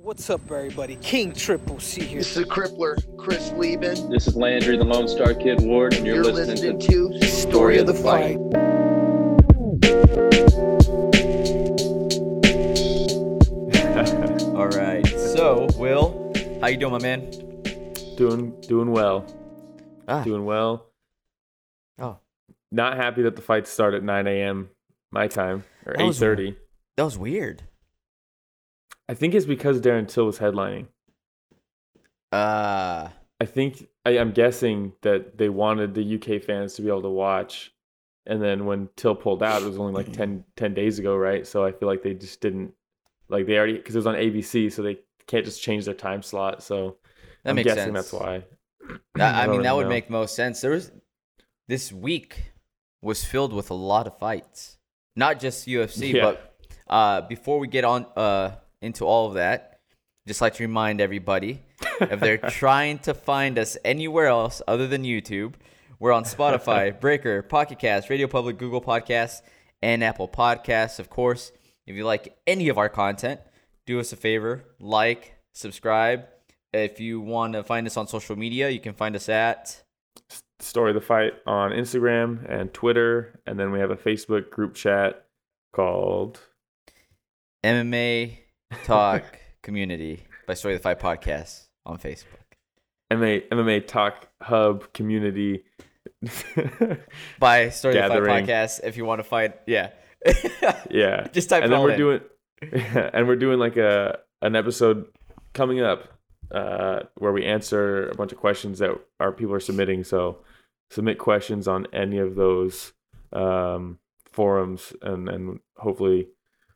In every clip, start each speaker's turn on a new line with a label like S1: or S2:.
S1: What's up, everybody? King Triple C here.
S2: This is the Crippler, Chris Lieben.
S3: This is Landry, the Lone Star Kid Ward, and you're,
S2: You're
S3: listening,
S2: listening
S3: to
S2: to Story of the Fight.
S4: All right. So, Will, how you doing, my man?
S5: Doing doing well.
S4: Ah.
S5: Doing well.
S4: Oh.
S5: Not happy that the fights start at 9 a.m. my time or
S4: That was-
S5: 8:30.
S4: That was weird.
S5: I think it's because Darren Till was headlining.
S4: Uh,
S5: I think I, I'm guessing that they wanted the UK fans to be able to watch, and then when Till pulled out, it was only like 10, 10 days ago, right? So I feel like they just didn't like they already because it was on ABC, so they can't just change their time slot. So
S4: that
S5: I'm
S4: makes
S5: guessing
S4: sense.
S5: that's why.
S4: That- I,
S5: I don't
S4: mean, that
S5: really
S4: would
S5: know.
S4: make most sense. There was this week was filled with a lot of fights, not just UFC,
S5: Yeah.
S4: but uh, before we get on uh, into all of that, just like to remind everybody if they're trying to find us anywhere else other than YouTube, we're on Spotify, Breaker, Pocket Cast, Radio Public, Google Podcasts, and Apple Podcasts, of course. If you like any of our content, do us a favor, like, subscribe. If you want to find us on social media, you can find us at
S5: story of the fight on Instagram and Twitter, and then we have a Facebook group chat called
S4: MMA Talk Community by Story of the Fight Podcast on Facebook.
S5: MMA, MMA Talk Hub Community.
S4: By Story of the Fight
S5: Gathering.
S4: Podcast, if you want to find, yeah.
S5: yeah,
S4: Just type it
S5: and then
S4: all
S5: we're
S4: in.
S5: doing, and we're doing like a an episode coming up uh, where we answer a bunch of questions that our people are submitting. So submit questions on any of those um, forums, and and hopefully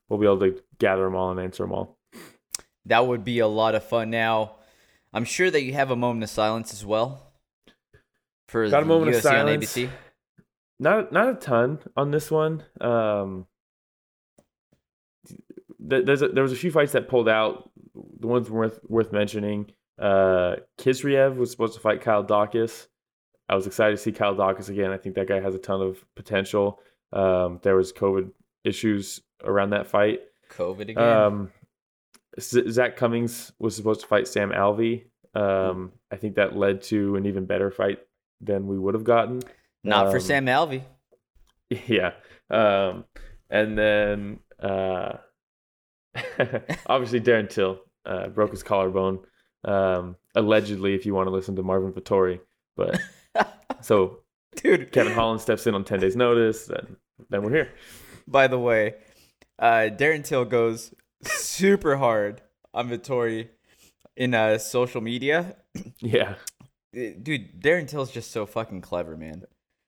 S5: we'll be able to gather them all and answer them all.
S4: that would be a lot of fun. Now, I'm sure that you have a moment of silence as well. For
S5: Got a
S4: the
S5: moment of
S4: UFC on
S5: silence.
S4: ABC.
S5: not not a ton on this one. Um, th- there's a, there was a few fights that pulled out. The ones worth worth mentioning. Uh, Kisriev was supposed to fight Kyle Dawkins. I was excited to see Kyle Dawkins again. I think that guy has a ton of potential. Um, there was COVID issues around that fight.
S4: COVID again.
S5: Um, Z- Zach Cummings was supposed to fight Sam Alvey. Um, I think that led to an even better fight than we would have gotten.
S4: Not for
S5: um,
S4: Sam Alvey.
S5: Yeah. Um, and then uh, obviously Darren Till uh, broke his collarbone. Um, allegedly, if you want to listen to Marvin Vittori, but so
S4: Dude,
S5: Kevin Holland steps in on ten days' notice, and then we're here.
S4: by the way, uh, Darren Till goes super hard on Vittori in uh, social media.
S5: Yeah.
S4: Uh, Dude, Darren Till's just so fucking clever, man.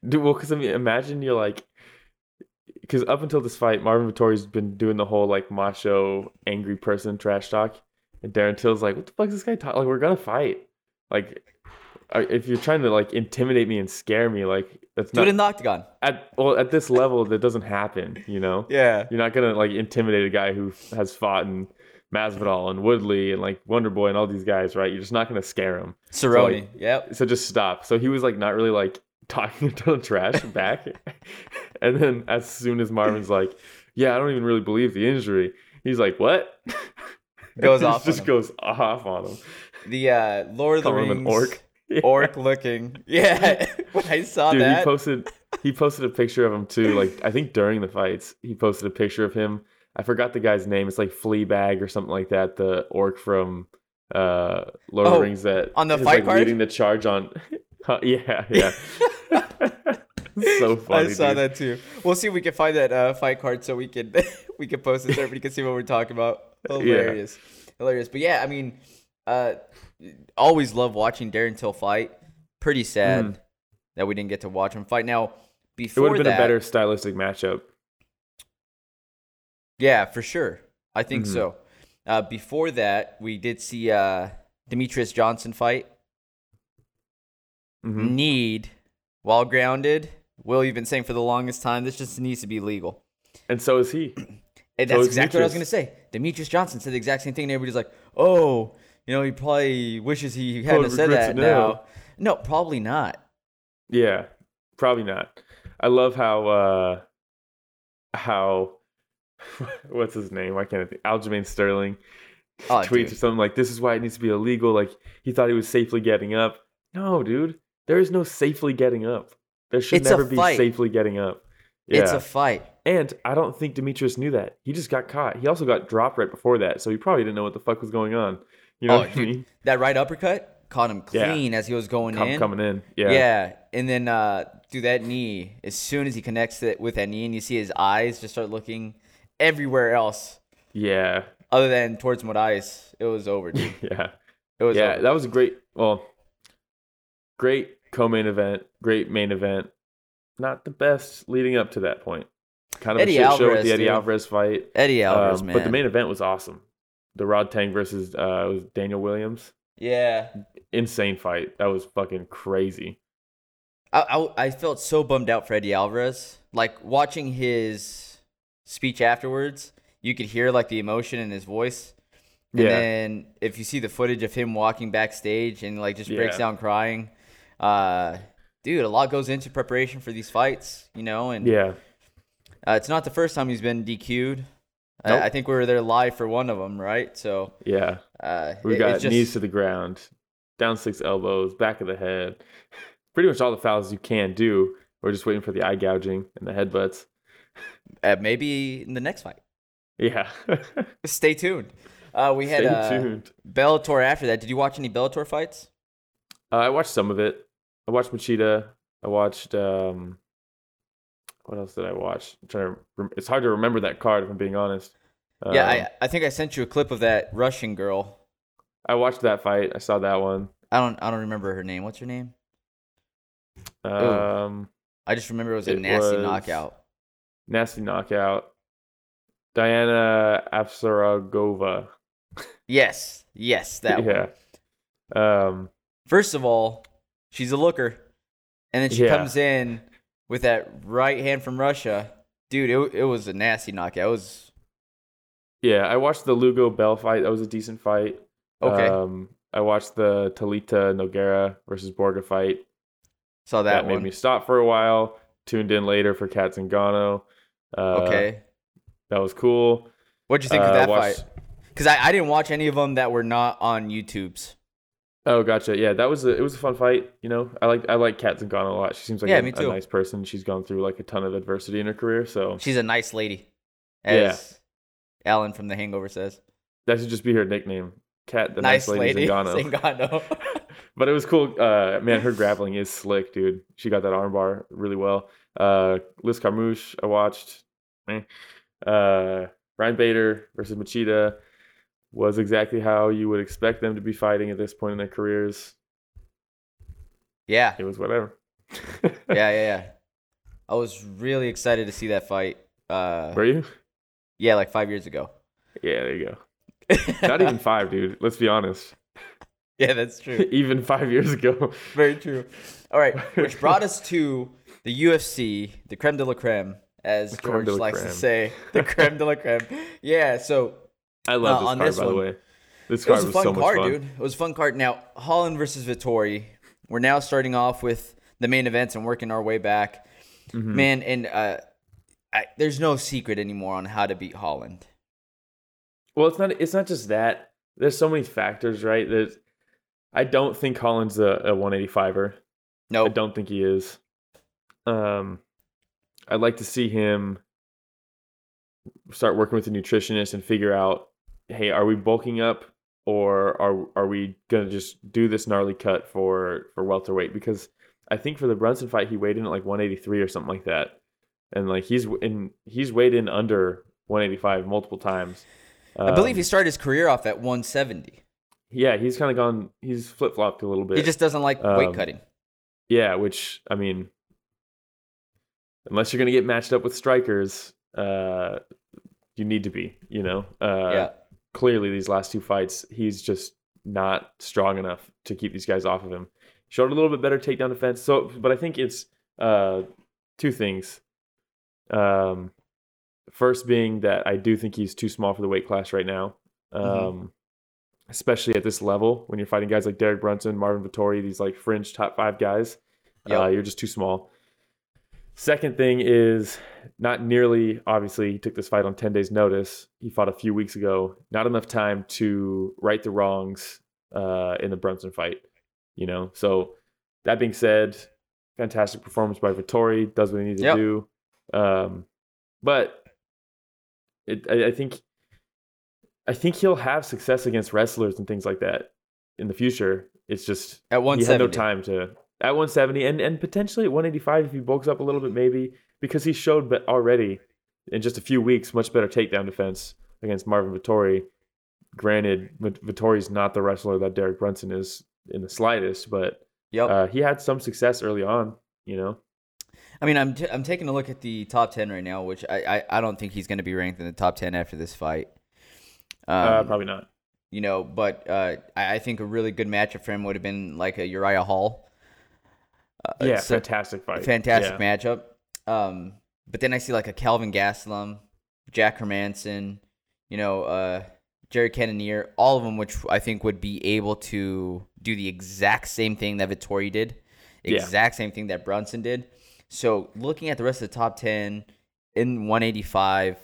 S5: Dude, well, because I mean, imagine you're like, because up until this fight, Marvin Vittori's been doing the whole like macho, angry person trash talk, and Darren Till's like, "What the fuck is this guy talking? Like, we're gonna fight. Like, I- if you're trying to like intimidate me and scare me, like that's
S4: Do it
S5: not
S4: in the octagon.
S5: at well at this level that doesn't happen. You know,
S4: Yeah.
S5: you're not gonna like intimidate a guy who has fought in Masvidal and Woodley and like Wonder Boy and all these guys, right? You're just not gonna scare him
S4: Cerrone.
S5: like-
S4: yep.
S5: so just stop. So he was like not really like talking a ton of trash back. and then as soon as Marvin's like, Yeah, I don't even really believe the injury, he's like, What?
S4: Goes
S5: He
S4: off on
S5: Just
S4: him.
S5: goes off on him.
S4: The uh, Lord of the
S5: Calling him
S4: Rings.
S5: an orc. Yeah.
S4: Orc looking. Yeah. when I saw
S5: Dude,
S4: that.
S5: he posted he posted a picture of him too. Like I think during the fights, he posted a picture of him. I forgot the guy's name. It's like Fleabag or something like that. The orc from uh Lord of
S4: Oh,
S5: the Rings that
S4: on the
S5: is,
S4: fight
S5: like,
S4: card?
S5: leading the charge on. yeah, yeah. so funny.
S4: I saw
S5: dude.
S4: that too. We'll see if we can find that uh, fight card so we can we can post it so everybody can see what we're talking about. Hilarious, hilarious. But yeah, I mean, uh, always love watching Darren Till fight. Pretty sad that we didn't get to watch him fight. Now
S5: Mm. It
S4: before
S5: would have been
S4: that,
S5: a better stylistic matchup.
S4: yeah, for sure. I think
S5: Mhm.
S4: so. Uh, before that, we did see uh, Demetrius Johnson fight. Mm.
S5: Mhm.
S4: Need while grounded. Will you've been saying for the longest time this just needs to be legal.
S5: And so is he.
S4: And
S5: So
S4: that's
S5: is
S4: exactly what I was going to say. Demetrius Johnson said the exact same thing, and everybody's like, oh, you know, he probably wishes he hadn't
S5: Probably
S4: said
S5: regrets
S4: that
S5: it
S4: now.
S5: now.
S4: No, probably not.
S5: Yeah, probably not. I love how uh how what's his name? Why can't I think? Aljamain Sterling
S4: Oh,
S5: tweets or
S4: dude.
S5: something like this is why it needs to be illegal. Like he thought he was safely getting up. No, dude, there is no safely getting up. There should
S4: It's a
S5: never be
S4: fight.
S5: safely getting up.
S4: It's
S5: Yeah.
S4: a fight.
S5: and I don't think Demetrius knew that. He just got caught. He also got dropped right before that, so he probably didn't know what the fuck was going on. You know
S4: Oh,
S5: what I mean?
S4: dude, that right uppercut caught him
S5: Yeah.
S4: clean as he was going
S5: Come-
S4: in.
S5: coming in.
S4: yeah.
S5: Yeah.
S4: and then uh, do that knee. As soon as he connects it with that knee, and you see his eyes just start looking everywhere else
S5: Yeah.
S4: other than towards Morais, it was over, dude.
S5: Yeah.
S4: It was
S5: yeah,
S4: over.
S5: that was a great, well, great co-main event, great main event. Not the best leading up to that point. Kind of
S4: Eddie
S5: a shit show with
S4: Alvarez,
S5: the Eddie
S4: dude.
S5: Alvarez fight.
S4: Eddie Alvarez,
S5: Um,
S4: man.
S5: But the main event was awesome. The Rod Tang versus uh, it was Daniel Williams.
S4: yeah,
S5: Insane fight. That was fucking crazy.
S4: I, I I felt so bummed out for Eddie Alvarez. Like watching his speech afterwards, you could hear like the emotion in his voice. And
S5: Yeah.
S4: then if you see the footage of him walking backstage and like just breaks
S5: Yeah.
S4: down crying, uh, dude, a lot goes into preparation for these fights, you know. And
S5: Yeah.
S4: uh, it's not the first time he's been DQ'd.
S5: Nope.
S4: I, I think we were there live for one of them, right? So
S5: Yeah.
S4: uh,
S5: We
S4: it- it's
S5: got
S4: just-
S5: knees to the ground, down six elbows, back of the head. Pretty much all the fouls you can do. We're just waiting for the eye gouging and the headbutts.
S4: uh, maybe in the next fight.
S5: Yeah.
S4: Stay tuned. Uh, we had
S5: Stay
S4: uh,
S5: tuned.
S4: Bellator after that. Did you watch any Bellator fights?
S5: Uh, I watched some of it. I watched Machida. I watched um, what else did I watch? I'm trying to. Rem- it's hard to remember that card if I'm being honest.
S4: yeah,
S5: Um,
S4: I, I think I sent you a clip of that Russian girl.
S5: I watched that fight. I saw that one.
S4: I don't I don't remember her name. What's her name?
S5: Um,
S4: I just remember it was a
S5: It
S4: nasty
S5: was-
S4: knockout.
S5: nasty knockout. Diana Afsaragova.
S4: Yes, yes, that one.
S5: yeah. Um,
S4: First of all, she's a looker, and then she
S5: Yeah.
S4: comes in with that right hand from Russia. Dude, it it was a nasty knockout. It was
S5: yeah. I watched the Lugo Bell fight. That was a decent fight.
S4: okay.
S5: Um, I watched the Talita Noguera versus Borga fight.
S4: Saw that,
S5: that,
S4: one.
S5: made me stop for a while. Tuned in later for Kat Zingano. Uh,
S4: okay.
S5: that was cool.
S4: What'd you think of
S5: Uh,
S4: that
S5: watched-
S4: fight? Because I, I didn't watch any of them that were not on YouTube's.
S5: Oh, gotcha. Yeah, that was a, it was a fun fight. You know, I like I like Kat Zingano a lot. She seems like
S4: Yeah,
S5: a,
S4: me
S5: a
S4: too.
S5: nice person. She's gone through like a ton of adversity in her career, so
S4: She's a nice lady,
S5: Yeah.
S4: as Alan from The Hangover says.
S5: that should just be her nickname, Kat the Nice, Lady, Zingano.
S4: Zingano.
S5: But it was cool. Uh, man, her grappling is slick, dude. She got that armbar really well. Uh, Liz Carmouche, I watched. Eh. Uh, Ryan Bader versus Machida was exactly how you would expect them to be fighting at this point in their careers.
S4: yeah,
S5: It was whatever.
S4: yeah, yeah, yeah. I was really excited to see that fight. Uh,
S5: Were you?
S4: yeah, like five years ago.
S5: Yeah, there you go. Not even five, dude. Let's be honest.
S4: yeah, that's true.
S5: even five years ago.
S4: Very true. All right, which brought us to the UFC, the creme de la creme, as
S5: creme
S4: George
S5: de la
S4: likes to
S5: creme.
S4: say, the creme de la creme. Yeah, so
S5: I love
S4: Uh,
S5: this
S4: on
S5: card,
S4: this
S5: by
S4: one,
S5: the way. This
S4: it
S5: card
S4: was
S5: was,
S4: a fun
S5: so much
S4: card,
S5: fun.
S4: dude. It was a fun card. Now Holland versus Vittori. We're now starting off with the main events and working our way back.
S5: Mm-hmm. Hmm.
S4: Man, and uh, I, there's no secret anymore on how to beat Holland.
S5: Well, it's not. It's not just that. There's so many factors, right? There's. I don't think Holland's a, a 185er.
S4: No,
S5: I don't think he is. Um, I'd like to see him start working with a nutritionist and figure out, hey, are we bulking up or are are we gonna just do this gnarly cut for for welterweight? Because I think for the Brunson fight, he weighed in at like 183 or something like that, and like he's in he's weighed in under 185 multiple times.
S4: I believe
S5: Um,
S4: he started his career off at 170.
S5: yeah, he's kind of gone. He's flip flopped a little bit.
S4: He just doesn't like weight
S5: Um,
S4: cutting.
S5: Yeah, which I mean, unless you're going to get matched up with strikers, uh, you need to be. You know, uh,
S4: yeah,
S5: clearly these last two fights, he's just not strong enough to keep these guys off of him. Showed a little bit better takedown defense. So, but I think it's uh, two things. Um, first being that I do think he's too small for the weight class right now. Um, Especially at this level, when you're fighting guys like Derek Brunson, Marvin Vittori, these like fringe top five guys,
S4: Yep.
S5: uh, you're just too small. Second thing is not nearly, obviously, he took this fight on 10 days' notice. He fought a few weeks ago. Not enough time to right the wrongs uh, in the Brunson fight, you know? So, that being said, fantastic performance by Vittori, does what he needs
S4: Yep.
S5: to do. Um, but it, I, I think. I think he'll have success against wrestlers and things like that in the future. It's just he
S4: At
S5: had
S4: 170.
S5: no time to at 170 and and potentially at 185 if he bulks up a little bit maybe because he showed but already in just a few weeks much better takedown defense against Marvin Vittori. Granted, Vit- Vittori's not the wrestler that Derek Brunson is in the slightest, but
S4: Yep.
S5: uh, he had some success early on. You know,
S4: I mean, I'm t- I'm taking a look at the top ten right now, which I I, I don't think he's going to be ranked in the top ten after this fight. Um,
S5: uh, probably not.
S4: You know, but uh, I, I think a really good matchup for him would have been like a Uriah Hall. Uh,
S5: yeah,
S4: so-
S5: fantastic fight.
S4: fantastic
S5: Yeah.
S4: matchup. Um, but then I see like a Calvin Gaslam, Jack Hermanson, you know, uh, Jerry Cannonier, all of them, which I think would be able to do the exact same thing that Vittori did,
S5: Yeah.
S4: exact same thing that Brunson did. So looking at the rest of the top ten in 185,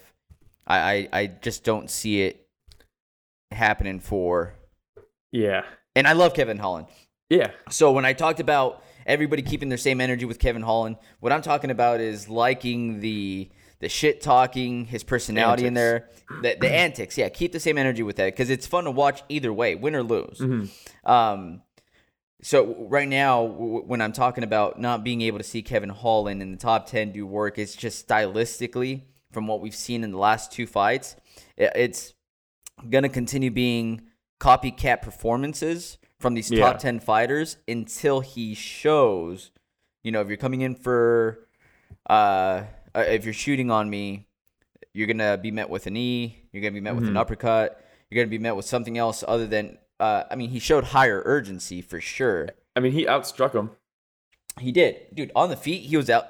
S4: I I, I just don't see it happening for.
S5: Yeah,
S4: And I love Kevin Holland.
S5: yeah,
S4: So when I talked about everybody keeping their same energy with Kevin Holland, what I'm talking about is liking the the shit talking, his personality in there, the, the antics. Yeah, keep the same energy with that because it's fun to watch either way, win or lose. Um, so right now, w- when I'm talking about not being able to see Kevin Holland in the top ten do work, it's just stylistically from what we've seen in the last two fights, i- it's gonna continue being copycat performances from these
S5: Yeah.
S4: top ten fighters until he shows. You know, if you're coming in for, uh, uh, if you're shooting on me, you're gonna be met with a knee. You're gonna be met with an uppercut. You're gonna be met with something else other than. Uh, I mean, he showed higher urgency for sure.
S5: I mean, he outstruck him.
S4: He did, dude. On the feet, he was out.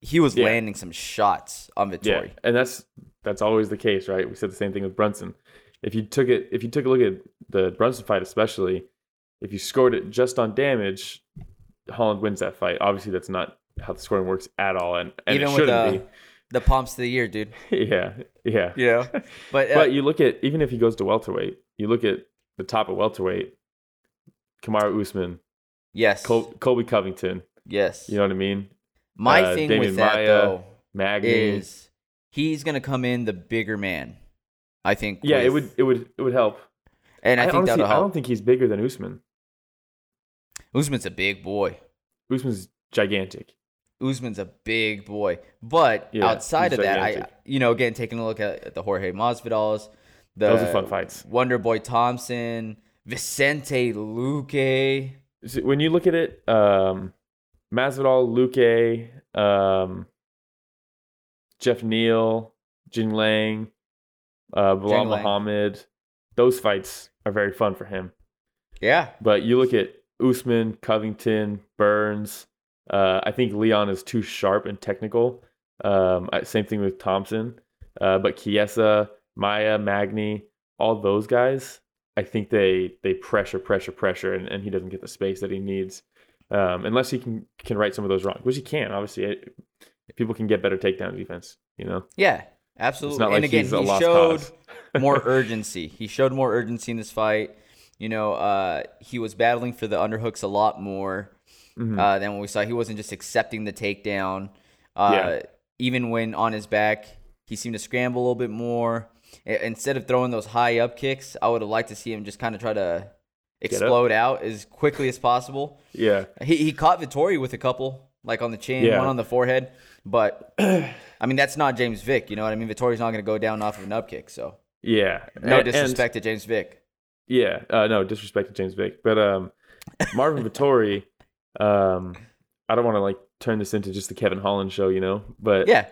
S4: He was
S5: Yeah.
S4: landing some shots on Vittori.
S5: and that's that's always the case, right? We said the same thing with Brunson. If you took it, if you took a look at the Brunson fight, especially if you scored it just on damage, Holland wins that fight. Obviously, that's not how the scoring works at all, and, and
S4: Even
S5: it
S4: with
S5: shouldn't
S4: the the pumps of the year, dude.
S5: be. Yeah, yeah,
S4: Yeah, but, uh,
S5: But you look at even if he goes to welterweight, you look at the top of welterweight, Kamara Usman,
S4: yes,
S5: Col- Colby Covington.
S4: yes.
S5: You know what I mean?
S4: My
S5: uh,
S4: thing
S5: Damian
S4: with that
S5: Maia,
S4: though
S5: Magny.
S4: is he's gonna come in the bigger man. I think.
S5: yeah, it
S4: with-
S5: would it would it would help.
S4: and I, think
S5: honestly,
S4: that'll
S5: I don't
S4: help.
S5: think he's bigger than Usman.
S4: Usman's a big boy.
S5: Usman's gigantic.
S4: Usman's a big boy. But
S5: Yeah,
S4: outside
S5: he's
S4: of that, I
S5: gigantic.
S4: you know again taking a look at, at the Jorge Masvidal's, the
S5: Those are fun fights.
S4: Wonder Boy Thompson, Vicente Luque.
S5: So when you look at it, um, Masvidal, Luque, um, Jeff Neal, Jin Lang, uh, Bilal
S4: Jin Lang.
S5: Muhammad, those fights are very fun for him.
S4: Yeah,
S5: But you look at Usman, Covington, Burns. Uh, I think Leon is too sharp and technical. Um, I- same thing with Thompson. Uh, but Kiesa, Maya, Magni, all those guys, I think they they pressure, pressure, pressure, and, and he doesn't get the space that he needs. Um, unless he can can right some of those wrong, which he can. Obviously, It- people can get better takedown defense. You know,
S4: yeah,
S5: it's
S4: absolutely.
S5: not
S4: and
S5: like
S4: again,
S5: he's a
S4: he
S5: lost
S4: showed
S5: cause.
S4: more urgency. He showed more urgency in this fight. You know, uh, he was battling for the underhooks a lot more
S5: Mhm.
S4: uh, than what we saw. He wasn't just accepting the takedown. Uh,
S5: Yeah.
S4: Even when on his back, he seemed to scramble a little bit more. I- instead of throwing those high up kicks, I would have liked to see him just kind of try to
S5: up.
S4: explode out as quickly as possible.
S5: yeah,
S4: He, he caught Vittori with a couple, like on the chin,
S5: Yeah.
S4: one on the forehead. But I mean, that's not James Vick. You know what I mean? Vittori's not going to go down off of an up kick. So
S5: yeah.
S4: no
S5: And- and-
S4: disrespect to James Vick.
S5: Yeah, uh, no disrespect to James Vick, but um, Marvin Vittori, um, I don't want to like turn this into just the Kevin Holland show, you know, but
S4: Yeah,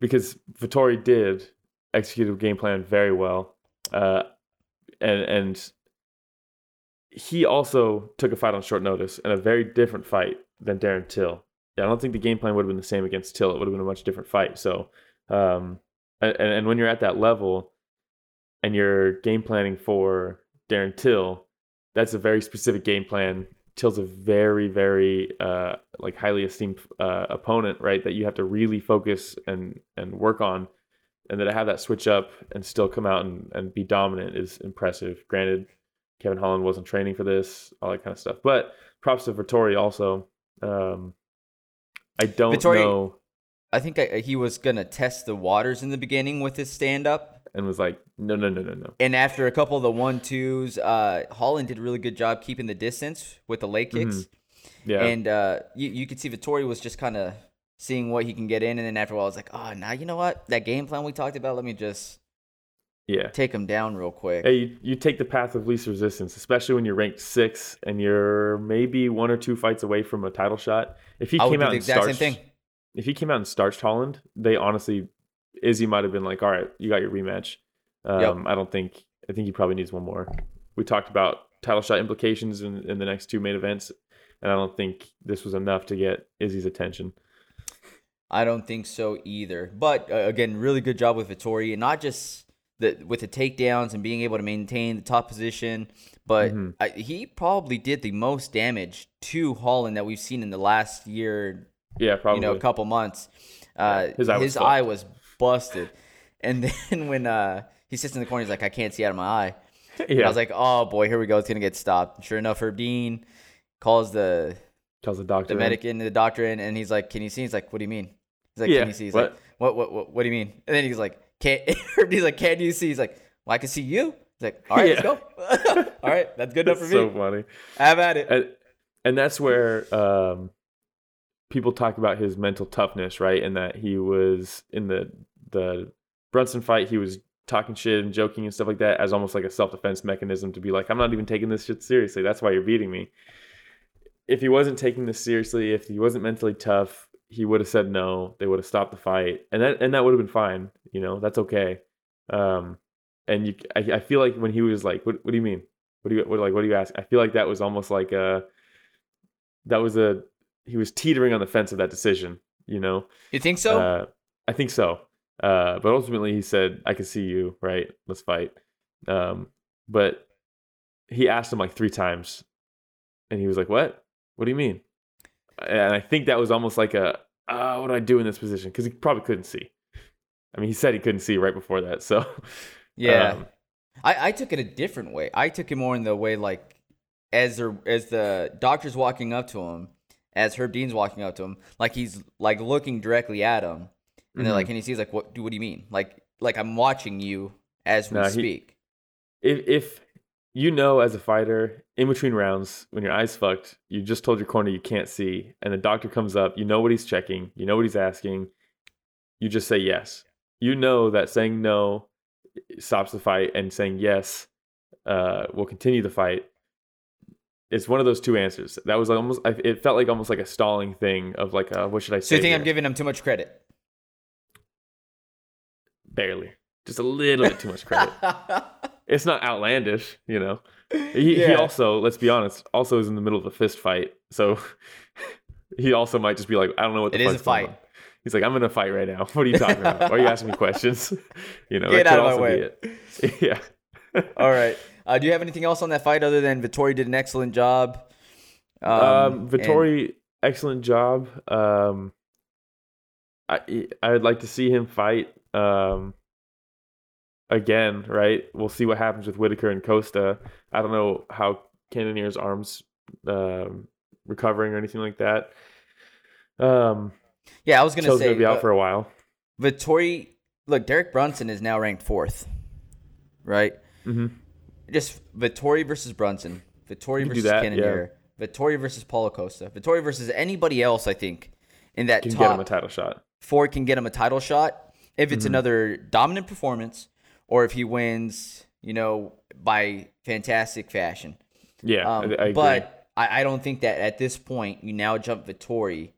S5: because Vittori did execute a game plan very well, uh, and and he also took a fight on short notice and a very different fight than Darren Till. I don't think the game plan would have been the same against Till. It would have been a much different fight. So, um, and, and when you're at that level, and you're game planning for Darren Till, that's a very specific game plan Till's a very, very uh, like highly esteemed uh, opponent, right? That you have to really focus and and work on, and then to have that switch up and still come out and, and be dominant is impressive. Granted, Kevin Holland wasn't training for this, all that kind of stuff. But props to Vittori also. Um, I don't
S4: Vettori-
S5: know,
S4: I think I, he was gonna test the waters in the beginning with his stand up,
S5: and was like, no, no, no, no, no.
S4: and after a couple of the one twos, uh, Holland did a really good job keeping the distance with the leg kicks.
S5: Mm-hmm, Yeah,
S4: And uh, you, you could see Vittori was just kind of seeing what he can get in. And then after a while, I was like, oh, now you know what? That game plan we talked about, let me just
S5: yeah.
S4: take him down real quick.
S5: Hey, you, you take the path of least resistance, especially when you're ranked six and you're maybe one or two fights away from a title shot. If he
S4: I would
S5: came
S4: do
S5: out
S4: the
S5: and
S4: exact
S5: starched,
S4: same thing.
S5: if he came out and starched Holland, they honestly, Izzy might have been like, "All right, you got your rematch." Um, I don't think. I think he probably needs one more. We talked about title shot implications in, in the next two main events, and I don't think this was enough to get Izzy's attention.
S4: I don't think so either. But uh, again, really good job with Vittori, and not just the with the takedowns and being able to maintain the top position, but
S5: Mhm.
S4: I, he probably did the most damage to Holland that we've seen in the last year,
S5: Yeah, probably.
S4: you know, couple months. Uh,
S5: His eye was fucked.
S4: was busted, and then when uh, he sits in the corner, he's like, "I can't see out of my eye." And
S5: yeah,
S4: I was like, "Oh boy, here we go. It's gonna get stopped." Sure enough, Herb Dean calls the
S5: tells the doctor.
S4: the medic in the doctor in, and he's like, "Can you see?" He's like, "What do you mean?" He's like,
S5: Yeah,
S4: "Can you see?" He's
S5: what?
S4: like, "What? What? What? What do you mean?" And then he's like, "Can?" he's like, "Can you see?" He's like, "Well, I can see you." He's like, "All right, let's go. All right, that's good enough
S5: That's
S4: for
S5: so
S4: me.
S5: funny.
S4: Have at it."
S5: and and that's where um, people talk about his mental toughness, right? And that he was in the the Brunson fight, he was talking shit and joking and stuff like that as almost like a self defense mechanism to be like, I'm not even taking this shit seriously. That's why you're beating me. If he wasn't taking this seriously, if he wasn't mentally tough, he would have said no. They would have stopped the fight, and that and that would have been fine. You know, that's okay. Um, and you, I, I feel like when he was like, "What? What do you mean? What do you what, like? What do you ask?" I feel like that was almost like a that was a he was teetering on the fence of that decision. You know,
S4: You think so?
S5: uh, I think so. Uh, but ultimately, he said, "I can see you, right? Let's fight." Um, but he asked him like three times, and he was like, "What? What do you mean?" And I think that was almost like a, uh, "What do I do in this position?" Because he probably couldn't see. I mean, he said he couldn't see right before that, so
S4: yeah.
S5: um,
S4: I, I took it a different way. I took it more in the way like as the as the doctor's walking up to him, as Herb Dean's walking up to him, like he's like looking directly at him, and they're
S5: Mm-hmm.
S4: like, and he sees like, what? do- What do you mean? Like, like I'm watching you as we
S5: Nah, he-
S4: speak.
S5: if if you know as a fighter in between rounds when your eyes fucked you just told your corner you can't see and the doctor comes up you know what he's checking you know what he's asking you just say yes you know that saying no eh, stops the fight and saying yes uh, will continue the fight it's one of those two answers that was almost I- it felt like almost like a stalling thing of like uh, what should i say
S4: so you think I'm
S5: here?
S4: giving him too much credit?
S5: barely just a little bit too much credit it's not outlandish, you know. He, he
S4: Yeah.
S5: also, let's be honest, also is in the middle of a fist fight, so he also might just be like, I don't know what the
S4: It is
S5: fuck's
S4: a
S5: going
S4: fight.
S5: on. He's like, I'm in a fight right now. What are you talking about? Why are you asking me questions? You know,
S4: Get
S5: that could
S4: out of my
S5: also
S4: way.
S5: be it. yeah.
S4: All right. Uh, do you have anything else on that fight other than Vittori did an excellent job? Um,
S5: Um,
S4: and-
S5: Vittori, excellent job. Um, I I would like to see him fight um, again. Right, we'll see what happens with Whitaker and Costa. I don't know how Cannonier's arms um, recovering or anything like that. Um,
S4: yeah, I was gonna
S5: Till's
S4: say
S5: gonna be out
S4: uh,
S5: for a while.
S4: Vittori, look, Derek Brunson is now ranked fourth, right?
S5: Mhm.
S4: Just Vittori versus Brunson, Vittori
S5: can do
S4: versus
S5: that,
S4: Cannonier, Vittori versus Paulo Costa, Vittori versus anybody else. I think in that
S5: Can
S4: top
S5: get him a Mm-hmm. title shot.
S4: four can get him a title shot if it's another dominant performance, or if he wins, you know, by fantastic fashion.
S5: Yeah,
S4: Um,
S5: I, I agree.
S4: But I, I don't think that at this point you now jump Vittori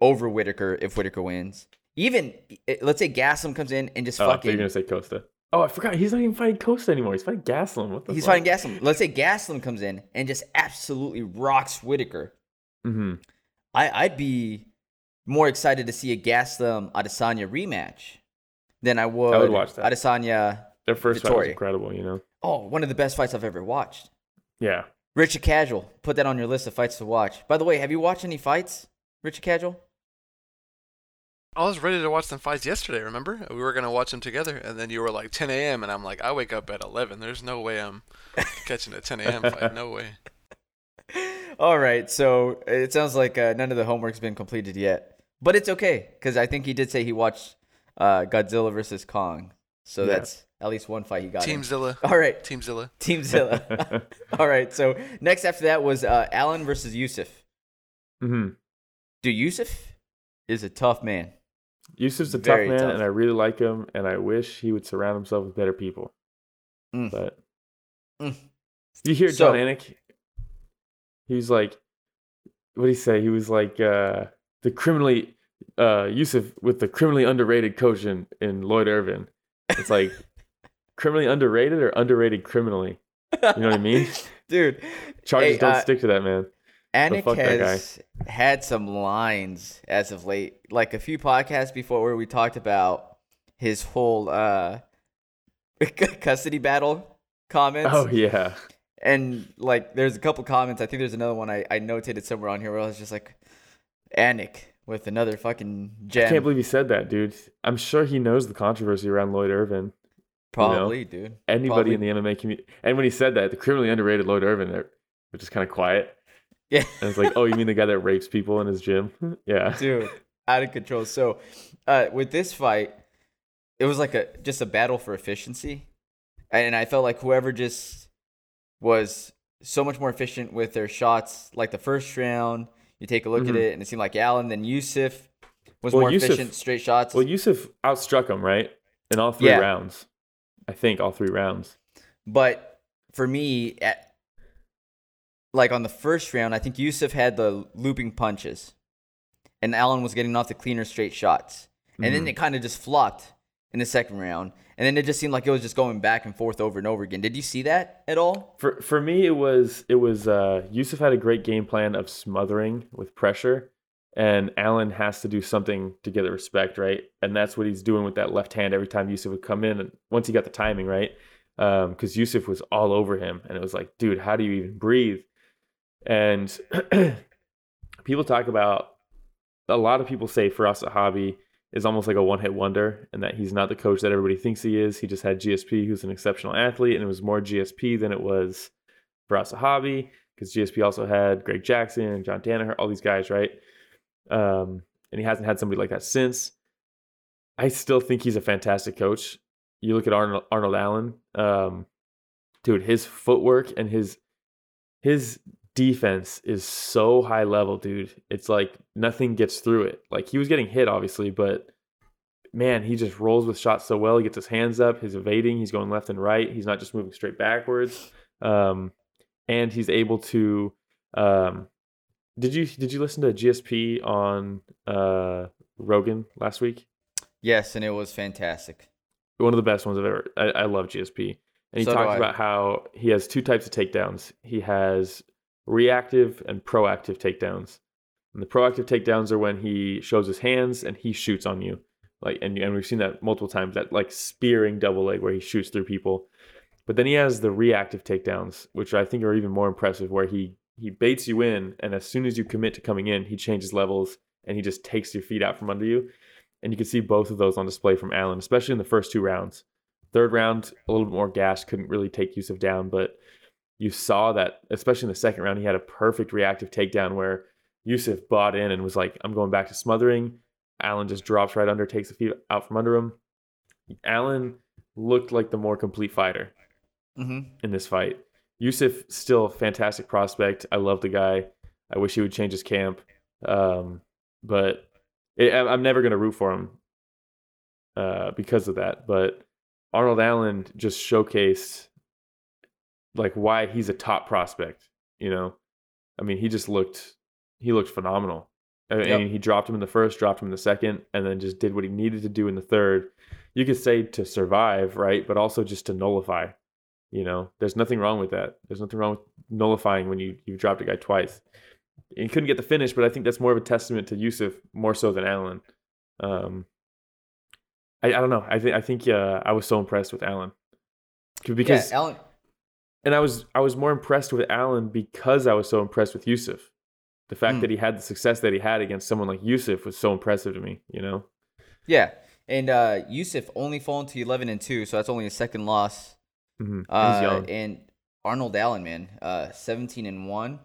S4: over Whitaker if Whitaker wins. Even eh, let's say Gaslam comes in and just
S5: oh, I thought you
S4: fucking
S5: were gonna say Costa. Oh, I forgot. He's not even fighting Costa anymore. He's fighting Gaslam. What the?
S4: he's
S5: fuck?
S4: fighting Gaslam. Let's say Gaslam comes in and just absolutely rocks Whitaker.
S5: Mhm.
S4: I I'd be more excited to see a Gaslam Adesanya rematch than I would,
S5: watch that.
S4: Adesanya.
S5: Their first fight was
S4: Vittori.
S5: incredible. You know.
S4: Oh, one of the best fights I've ever watched.
S5: Yeah,
S4: Richard Casual, put that on your list of fights to watch. By the way, have you watched any fights, Richard Casual?
S6: I was ready to watch them fights yesterday. Remember, we were gonna watch them together, and then you were like 10 a.m. and I'm like, I wake up at 11. There's no way I'm catching a 10 a.m. fight. No way.
S4: All right, so it sounds like uh, none of the homework's been completed yet, but it's okay because I think he did say he watched uh, Godzilla versus Kong, so
S5: Yeah.
S4: that's at least one fight he got. in.
S6: Teamzilla.
S4: All right,
S6: Teamzilla.
S4: Teamzilla. All right. So next after that was uh, Allen versus Yusuf.
S5: Mm-hmm.
S4: Dude, Yusuf is a tough man.
S5: Yusuf's a tough
S4: Very
S5: man,
S4: tough.
S5: and I really like him, and I wish he would surround himself with better people.
S4: Mm.
S5: But
S4: Mm.
S5: you hear
S4: So-
S5: John Anik? He's like, what did he say? He was like uh, the criminally uh, Yusuf with the criminally underrated coach in, in Lloyd Irvin. It's like criminally underrated or underrated criminally. You know what I mean?
S4: Dude,
S5: Charges
S4: Hey,
S5: don't
S4: uh,
S5: stick to that man.
S4: Anik
S5: fuck that
S4: has had some lines as of late, like a few podcasts before where we talked about his whole uh, custody battle comments.
S5: Oh yeah,
S4: And like, there's a couple comments. I think there's another one I, I notated somewhere on here where I was just like, Anik with another fucking gem.
S5: I can't believe he said that, dude. I'm sure he knows the controversy around Lloyd Irvin.
S4: Probably, dude.
S5: anybody
S4: Probably-
S5: in the MMA community. And when he said that, the criminally underrated Lloyd Irvin, uh, which is kind of quiet.
S4: Yeah.
S5: And it's like, oh, you mean the guy that rapes people in his gym? yeah.
S4: dude out of control so uh with this fight it was like a just a battle for efficiency and i felt like whoever just was so much more efficient with their shots like the first round you take a look at
S5: Mhm.
S4: it and it seemed like allen then yusuf was
S5: Well,
S4: more
S5: Yusuf-
S4: efficient straight shots
S5: Well, Yusuf outstruck him, right? In all three
S4: Yeah.
S5: rounds. I think all three rounds.
S4: but for me at like on the first round i think yusuf had the looping punches and allen was getting off the cleaner straight shots and then it kind of just flopped in the second round. And then it just seemed like it was just going back and forth over and over again. Did you see that at all?
S5: For for me, it was it was uh, Yusuf had a great game plan of smothering with pressure, and Allen has to do something to get the respect, right? And that's what he's doing with that left hand every time Yusuf would come in. And once he got the timing right, because Yusuf was all over him, and it was like, dude, how do you even breathe? And people talk about a lot of people say Faraz Hobby is almost like a one hit wonder and that he's not the coach that everybody thinks he is. He just had GSP, who's an exceptional athlete, and it was more GSP than it was Faraz Hobby because GSP also had Greg Jackson, John Danaher, all these guys, right? Um, and he hasn't had somebody like that since. I still think he's a fantastic coach. You look at Arnold, Arnold Allen, um, dude, his footwork and his his defense is so high level, dude. It's like nothing gets through it. Like he was getting hit, obviously, but man, he just rolls with shots so well. He gets his hands up, he's evading, he's going left and right. He's not just moving straight backwards. Um, and he's able to. Um, did you did you listen to GSP on uh, Rogan last week?
S4: Yes, and it was fantastic.
S5: one of the best ones I've ever. I, I love GSP, and he
S4: So do
S5: talks
S4: I.
S5: about how he has two types of takedowns. He has reactive and proactive takedowns, and the proactive takedowns are when he shows his hands and he shoots on you, like and and we've seen that multiple times. That like spearing double leg where he shoots through people, but then he has the reactive takedowns, which I think are even more impressive, where he he baits you in, and as soon as you commit to coming in, he changes levels and he just takes your feet out from under you. And you can see both of those on display from Allen, especially in the first two rounds. Third round, a little bit more gas, couldn't really take Yusuf down, but you saw that, especially in the second round, he had a perfect reactive takedown where Yusuf bought in and was like, I'm going back to smothering. Allen just drops right under, takes the feet out from under him. Allen looked like the more complete fighter
S4: hmm
S5: in this fight. Yusuf still a fantastic prospect. I love the guy. I wish he would change his camp, um, but it, I- I'm never going to root for him uh, because of that. But Arnold Allen just showcased like why he's a top prospect. You know, I mean, he just looked he looked phenomenal. I mean,
S4: Yep.
S5: he dropped him in the first, dropped him in the second, and then just did what he needed to do in the third. You could say to survive, right? But also just to nullify. You know, there's nothing wrong with that. There's nothing wrong with nullifying when you you dropped a guy twice. And he couldn't get the finish, but I think that's more of a testament to Yusuf more so than Allen. Um, I, I don't know. I think I think uh, I was so impressed with Allen because
S4: yeah, Allen
S5: and I was I was more impressed with Allen because I was so impressed with Yusuf. The fact
S4: Hmm.
S5: that he had the success that he had against someone like Yusuf was so impressive to me. You know,
S4: Yeah, and uh, Yusuf only fallen to eleven and two, so that's only a second loss.
S5: mm-hmm.
S4: Uh,
S5: he's young.
S4: And Arnold Allen, man, uh, seventeen and one.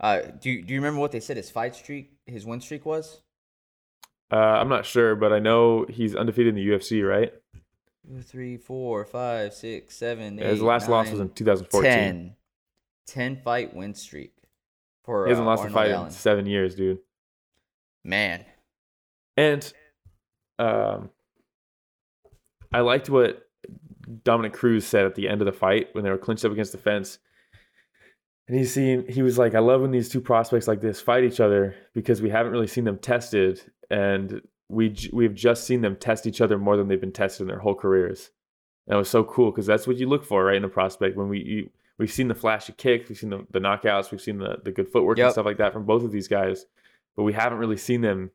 S4: Uh, do you- do you remember what they said his fight streak, his win streak was?
S5: Uh, I'm not sure, but I know he's undefeated in the UFC, right?
S4: Two, three, four, five, six, seven,
S5: Yeah, his
S4: eight,
S5: last loss was
S4: nine,
S5: in 2014.
S4: 10. 10 fight win streak for
S5: He hasn't
S4: uh,
S5: lost
S4: Arnold
S5: a fight
S4: Allen.
S5: in seven years, dude.
S4: Man,
S5: And um, I liked what Dominic Cruz said at the end of the fight when they were clinched up against the fence. And he's seen he was like, I love when these two prospects like this fight each other because we haven't really seen them tested, and we j- we've just seen them test each other more than they've been tested in their whole careers. And it was so cool because that's what you look for, right, in a prospect. When we you, we've seen the flashy kicks, we've seen the, the knockouts, we've seen the the good footwork
S4: Yep.
S5: and stuff like that from both of these guys, but we haven't really seen them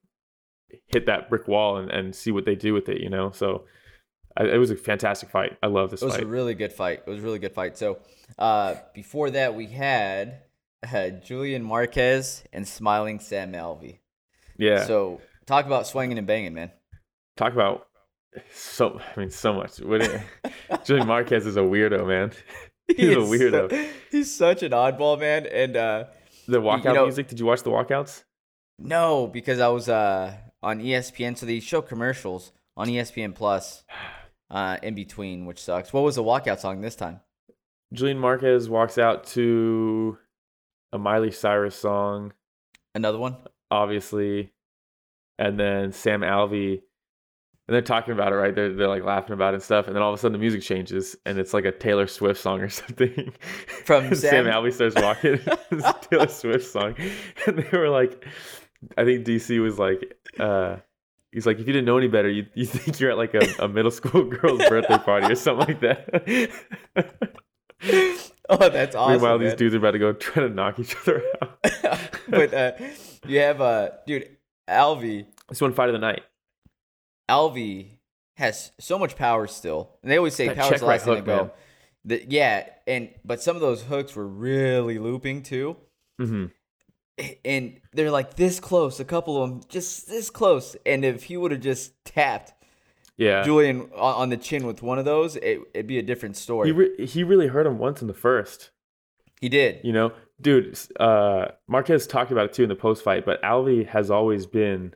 S5: hit that brick wall and, and see what they do with it, you know. So I, it was a fantastic fight. I love this
S4: it was
S5: fight.
S4: a really good fight. It was a really good fight. So, uh, before that, we had uh, Julian Marquez and smiling Sam Alvey.
S5: yeah.
S4: So, talk about swinging and banging, man.
S5: talk about so I mean so much. What it, Julian Marquez is a weirdo, man. He's a
S4: He is so-
S5: weirdo.
S4: he's such an oddball, man. And uh,
S5: The walkout
S4: know-
S5: music. Did you watch the walkouts?
S4: no, because I was uh, on ESPN. So, they show commercials on E ESPN Plus uh, in between, which sucks. What was the walkout song this time?
S5: Julian Marquez walks out to a Miley Cyrus song,
S4: Another one?
S5: obviously, and then Sam Alvey. And they're talking about it, right? They're, they're like laughing about it and stuff. And then all of a sudden the music changes and it's like a Taylor Swift song or something.
S4: From
S5: Sam,
S4: Sam-
S5: Alvey starts walking. it's a Taylor Swift song. And they were like, I think DC was like, uh, he's like, if you didn't know any better, you, you think you're at like a, a middle school girl's birthday party or something like that.
S4: Oh, that's awesome.
S5: Meanwhile, these
S4: man.
S5: dudes are about to go try to knock each other out.
S4: but uh, you have uh, dude, Alvi.
S5: This one fight of the night.
S4: Alvi has so much power still, and they always say
S5: That
S4: power's
S5: check
S4: the
S5: right
S4: last thing to
S5: hook,
S4: go.
S5: man.
S4: The- yeah, and but some of those hooks were really looping too,
S5: Mm-hmm.
S4: and they're like this close. A couple of them just this close, and if he would have just tapped
S5: Yeah.
S4: Julian on, on the chin with one of those, it, it'd be a different story.
S5: He,
S4: He,
S5: re- he really hurt him once in the first.
S4: did.
S5: You know, dude, s- uh, Marquez talked about it too in the post fight, but Alvi has always been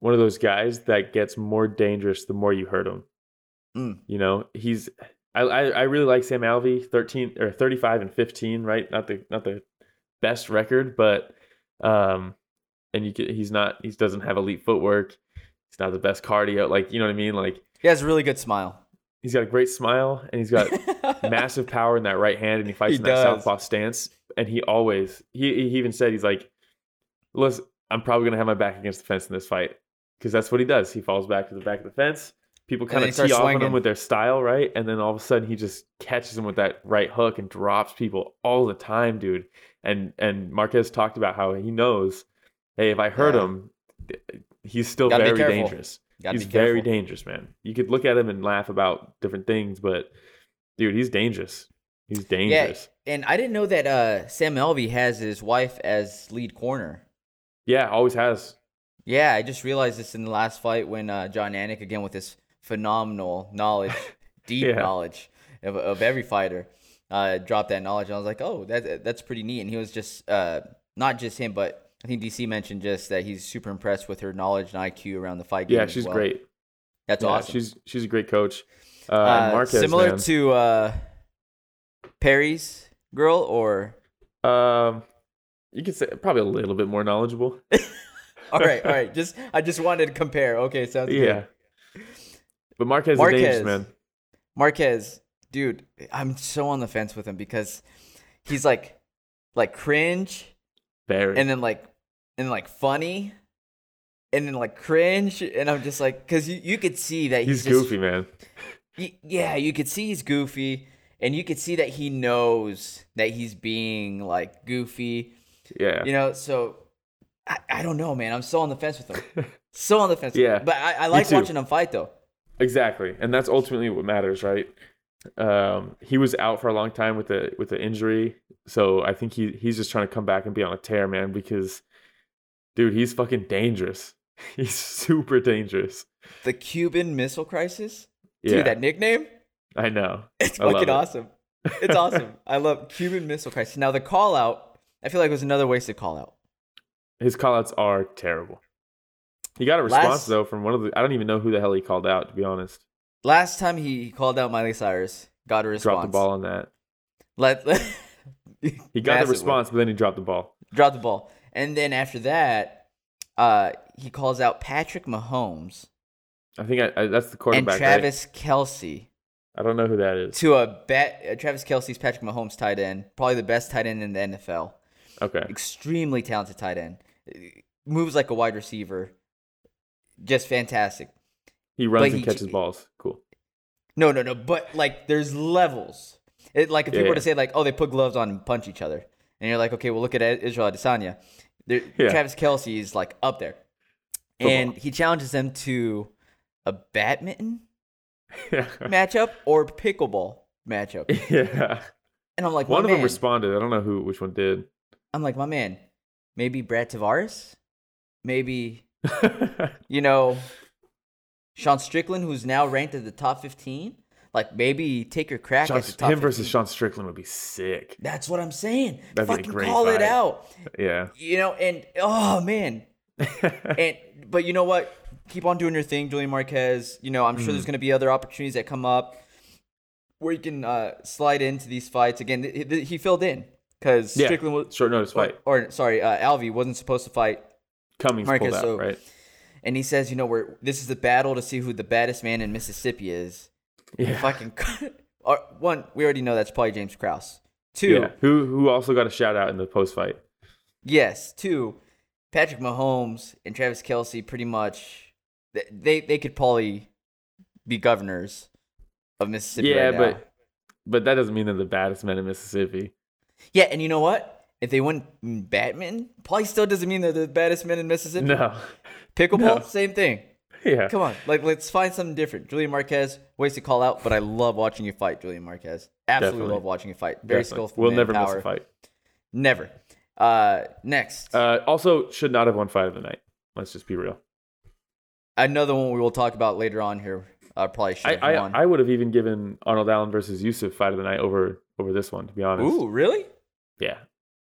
S5: one of those guys that gets more dangerous the more you hurt him.
S4: Mm.
S5: You know, he's I, I I really like Sam Alvey, thirteen or thirty five and fifteen, right? Not the not the best record, but um, and you can, he's not he doesn't have elite footwork. He's not the best cardio, like you know what I mean. Like
S4: He has a really good smile.
S5: he's got a great smile and he's got massive power in that right hand and he fights
S4: He
S5: in
S4: does.
S5: that southpaw stance and he always he, he even said he's like listen i'm probably going to have my back against the fence in this fight because that's what he does he falls back to the back of the fence people
S4: And then
S5: kind
S4: he
S5: of
S4: starts
S5: tee off on
S4: swinging.
S5: him with their style right and then all of a sudden he just catches him with that right hook and drops people all the time dude and and marquez talked about how he knows hey if i hurt
S4: Yeah.
S5: him he's still
S4: Gotta be
S5: very
S4: careful.
S5: dangerous
S4: Gotta
S5: he's
S4: be
S5: very
S4: careful.
S5: dangerous, man. You could look at him and laugh about different things, but dude, he's dangerous. He's dangerous.
S4: Yeah, and I didn't know that uh, Sam Elvey has his wife as lead corner.
S5: Yeah, always has.
S4: Yeah, I just realized this in the last fight when uh, John Anik again with his phenomenal knowledge, deep
S5: Yeah.
S4: knowledge of, of every fighter, uh, dropped that knowledge. And I was like, oh, that that's pretty neat. And he was just uh, not just him, but I think DC mentioned just that he's super impressed with her knowledge and IQ around the fight game.
S5: Yeah,
S4: as
S5: she's
S4: well.
S5: great.
S4: That's
S5: Yeah,
S4: awesome.
S5: She's she's a great coach. Uh,
S4: Uh,
S5: Marquez,
S4: similar
S5: man.
S4: to uh, Perry's girl, or
S5: um, you could say probably a little bit more knowledgeable.
S4: all right, all right. Just I just wanted to compare. Okay, sounds good.
S5: yeah, but Marquez,
S4: Marquez.
S5: is dangerous, man.
S4: Marquez, dude, I'm so on the fence with him because he's like like cringe
S5: Very.
S4: and then like and like funny and then like cringe and I'm just like cuz you you could see that
S5: he's
S4: he's, just-
S5: goofy, man.
S4: y- yeah, you could see he's goofy and you could see that he knows that he's being like goofy.
S5: Yeah.
S4: You know, so I, I don't know, man. I'm so on the fence with him. so on the fence. with him.
S5: Yeah,
S4: But I, I like
S5: too.
S4: watching him fight though.
S5: Exactly. And that's ultimately what matters, right? Um, he was out for a long time with the with the injury, so I think he he's just trying to come back and be on a tear, man. Because, dude, he's fucking dangerous. He's super dangerous.
S4: The Cuban Missile Crisis?
S5: Yeah,
S4: Dude, that nickname?
S5: I know.
S4: It's
S5: I love
S4: fucking
S5: it.
S4: awesome. It's awesome. I love Cuban Missile Crisis. Now, the call out, I feel like was another wasted call out.
S5: His callouts are terrible. He got a response
S4: Last-
S5: though from one of the. I don't even know who the hell he called out. To be honest,
S4: Last time he called out Miley Cyrus, got a response.
S5: dropped the ball on that.
S4: Let,
S5: He got
S4: Massive
S5: the response, but then he dropped the ball.
S4: one. Dropped the ball. And then after that, uh, he calls out Patrick Mahomes
S5: I think I, I, that's the
S4: and
S5: quarterback. right?
S4: Travis Kelsey
S5: I don't know who that is.
S4: to a bet. Uh, Travis Kelsey's Patrick Mahomes tight end, probably the best tight end in the NFL.
S5: Okay.
S4: extremely talented tight end. Moves like a wide receiver. Just fantastic.
S5: He runs
S4: But
S5: and
S4: he-
S5: catches balls. Cool.
S4: No, no, no. But like, there's levels. It, like if people
S5: Yeah.
S4: were to say like, oh, they put gloves on and punch each other, and you're like, okay, well, look at E-, Israel Adesanya. There,
S5: Yeah.
S4: Travis Kelsey is like up there, and he challenges them to a badminton
S5: yeah.
S4: matchup or pickleball matchup.
S5: yeah.
S4: And I'm like,
S5: One
S4: my
S5: of
S4: man.
S5: them responded. I don't know who which one did.
S4: I'm like, my man, maybe Brad Tavares, maybe you know, Sean Strickland, who's now ranked at the top 15, like maybe take your crack
S5: Sean,
S4: at the top.
S5: him versus
S4: 15.
S5: Sean Strickland would be sick.
S4: That's what I'm saying.
S5: That'd be a
S4: Fucking
S5: great
S4: call it
S5: fight.
S4: out.
S5: Yeah.
S4: You know, and oh man, and but you know what? Keep on doing your thing, Julian Marquez. You know, I'm sure
S5: Mm.
S4: there's going to be other opportunities that come up where you can uh, slide into these fights again. th- th- He filled in because
S5: yeah.
S4: Strickland was,
S5: Short notice fight.
S4: or sorry, uh, Alvy wasn't supposed to fight
S5: Cummings
S4: Marquez,
S5: pulled out,
S4: so-
S5: right?
S4: and he says, you know, we're this is the battle to see who the baddest man in Mississippi is.
S5: Yeah.
S4: Fucking or, one, we already know that's probably James Krause. Two,
S5: yeah. Who who also got a shout out in the post fight?
S4: yes, two, Patrick Mahomes and Travis Kelsey pretty much th- they they could probably be governors of Mississippi.
S5: Yeah,
S4: right now.
S5: but but that doesn't mean they're the baddest men in Mississippi.
S4: yeah, and you know what? If they win Batman, probably still doesn't mean they're the baddest men in Mississippi.
S5: No.
S4: Pickleball,
S5: no.
S4: same thing.
S5: Yeah.
S4: Come on, like let's find something different. Julian Marquez, ways to call out, but I love watching you fight, Julian Marquez. Absolutely
S5: Definitely.
S4: love watching you fight. Very
S5: Definitely.
S4: skillful.
S5: We'll
S4: man,
S5: never miss
S4: power.
S5: a fight.
S4: Never. Uh, next,
S5: Uh, also, should not have won fight of the night. Let's just be real.
S4: another one we will talk about later on here. Uh, probably
S5: I,
S4: should have
S5: I,
S4: won.
S5: I would have even given Arnold Allen versus Yusuf fight of the night over over this one. To be honest,
S4: Ooh, really?
S5: yeah,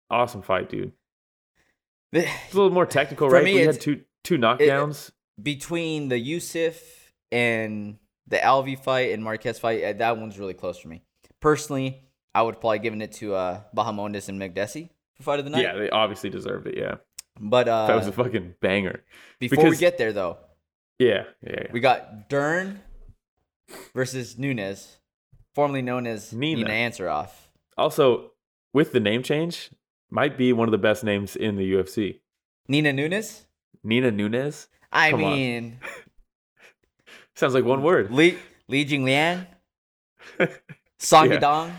S5: awesome fight, dude.
S4: The-
S5: It's a little more technical,
S4: For
S5: right?
S4: me,
S5: But you had
S4: it's-
S5: two two knockdowns.
S4: Between the Yusuf and the Alvi fight and Marquez fight, uh, that one's really close for me. Personally, I would probably given it to uh, Bahamondes and McDessie for fight of the night.
S5: yeah, they obviously deserved it. Yeah,
S4: But uh,
S5: that was a fucking banger.
S4: before we
S5: because-
S4: get there, though,
S5: Yeah, yeah. yeah.
S4: We got Dern versus Nunez, formerly known as
S5: Nina.
S4: Nina, Ansaroff.
S5: also, with the name change, might be one of the best names in the UFC.
S4: Nina Nunes?
S5: Nina Nunez
S4: I
S5: Come on.
S4: mean,
S5: sounds like
S4: Mm.
S5: one word.
S4: Li, Li Jingliang, Song
S5: Yeah.
S4: Yadong,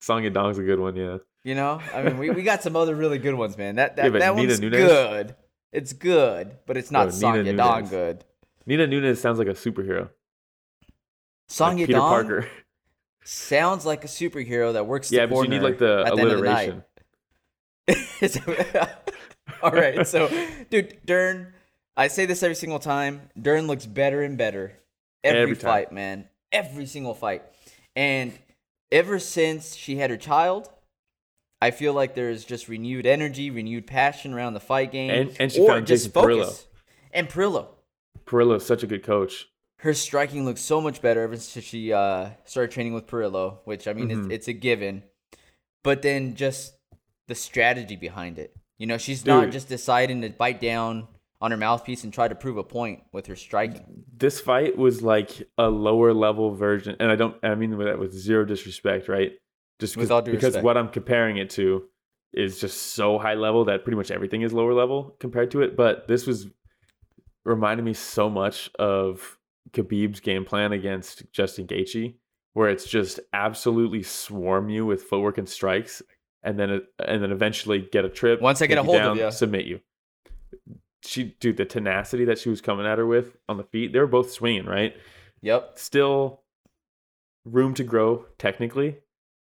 S5: Song and Dong's a good one. Yeah,
S4: you know? I mean, we, we got some other really good ones, man. That, that,
S5: Yeah, but Oh,
S4: that
S5: Nina
S4: one's
S5: Nunes?
S4: good. It's good, but it's not
S5: Bro,
S4: Song
S5: Nina
S4: Yadong
S5: Nunes.
S4: good.
S5: Nina Nunez sounds like a superhero.
S4: Song
S5: like Peter
S4: Yadong
S5: Parker.
S4: sounds like a superhero that works the
S5: Yeah, but you need
S4: corner
S5: like the
S4: at the end of the night.
S5: alliteration.
S4: Is that- All right, so dude, Dern, I say this every single time. Dern looks better and better every,
S5: Every time.
S4: fight, man. Every single fight, and ever since she had her child, I feel like there is just renewed energy, renewed passion around the fight game,
S5: And- and she found Jason Perillo.
S4: And Perillo,
S5: Perillo's such a good coach.
S4: her striking looks so much better ever since she uh, started training with Perillo, which I mean,
S5: Mm-hmm.
S4: it's, it's a given. But then just the strategy behind it. You know, she's not
S5: Dude.
S4: just deciding to bite down on her mouthpiece and try to prove a point with her striking.
S5: this fight was like a lower level version and i don't i mean that with zero disrespect right just
S4: With
S5: because,
S4: all due
S5: because
S4: respect.
S5: what i'm comparing it to is just so high level that pretty much everything is lower level compared to it but this was reminded me so much of khabib's game plan against justin Gaethje, where it's just absolutely swarm you with footwork and strikes and then and then eventually get a trip
S4: Once I get
S5: take you
S4: a hold
S5: down,
S4: of ya.
S5: submit you she dude the tenacity that she was coming at her with on the feet they were both swinging right
S4: Yep.
S5: still room to grow technically,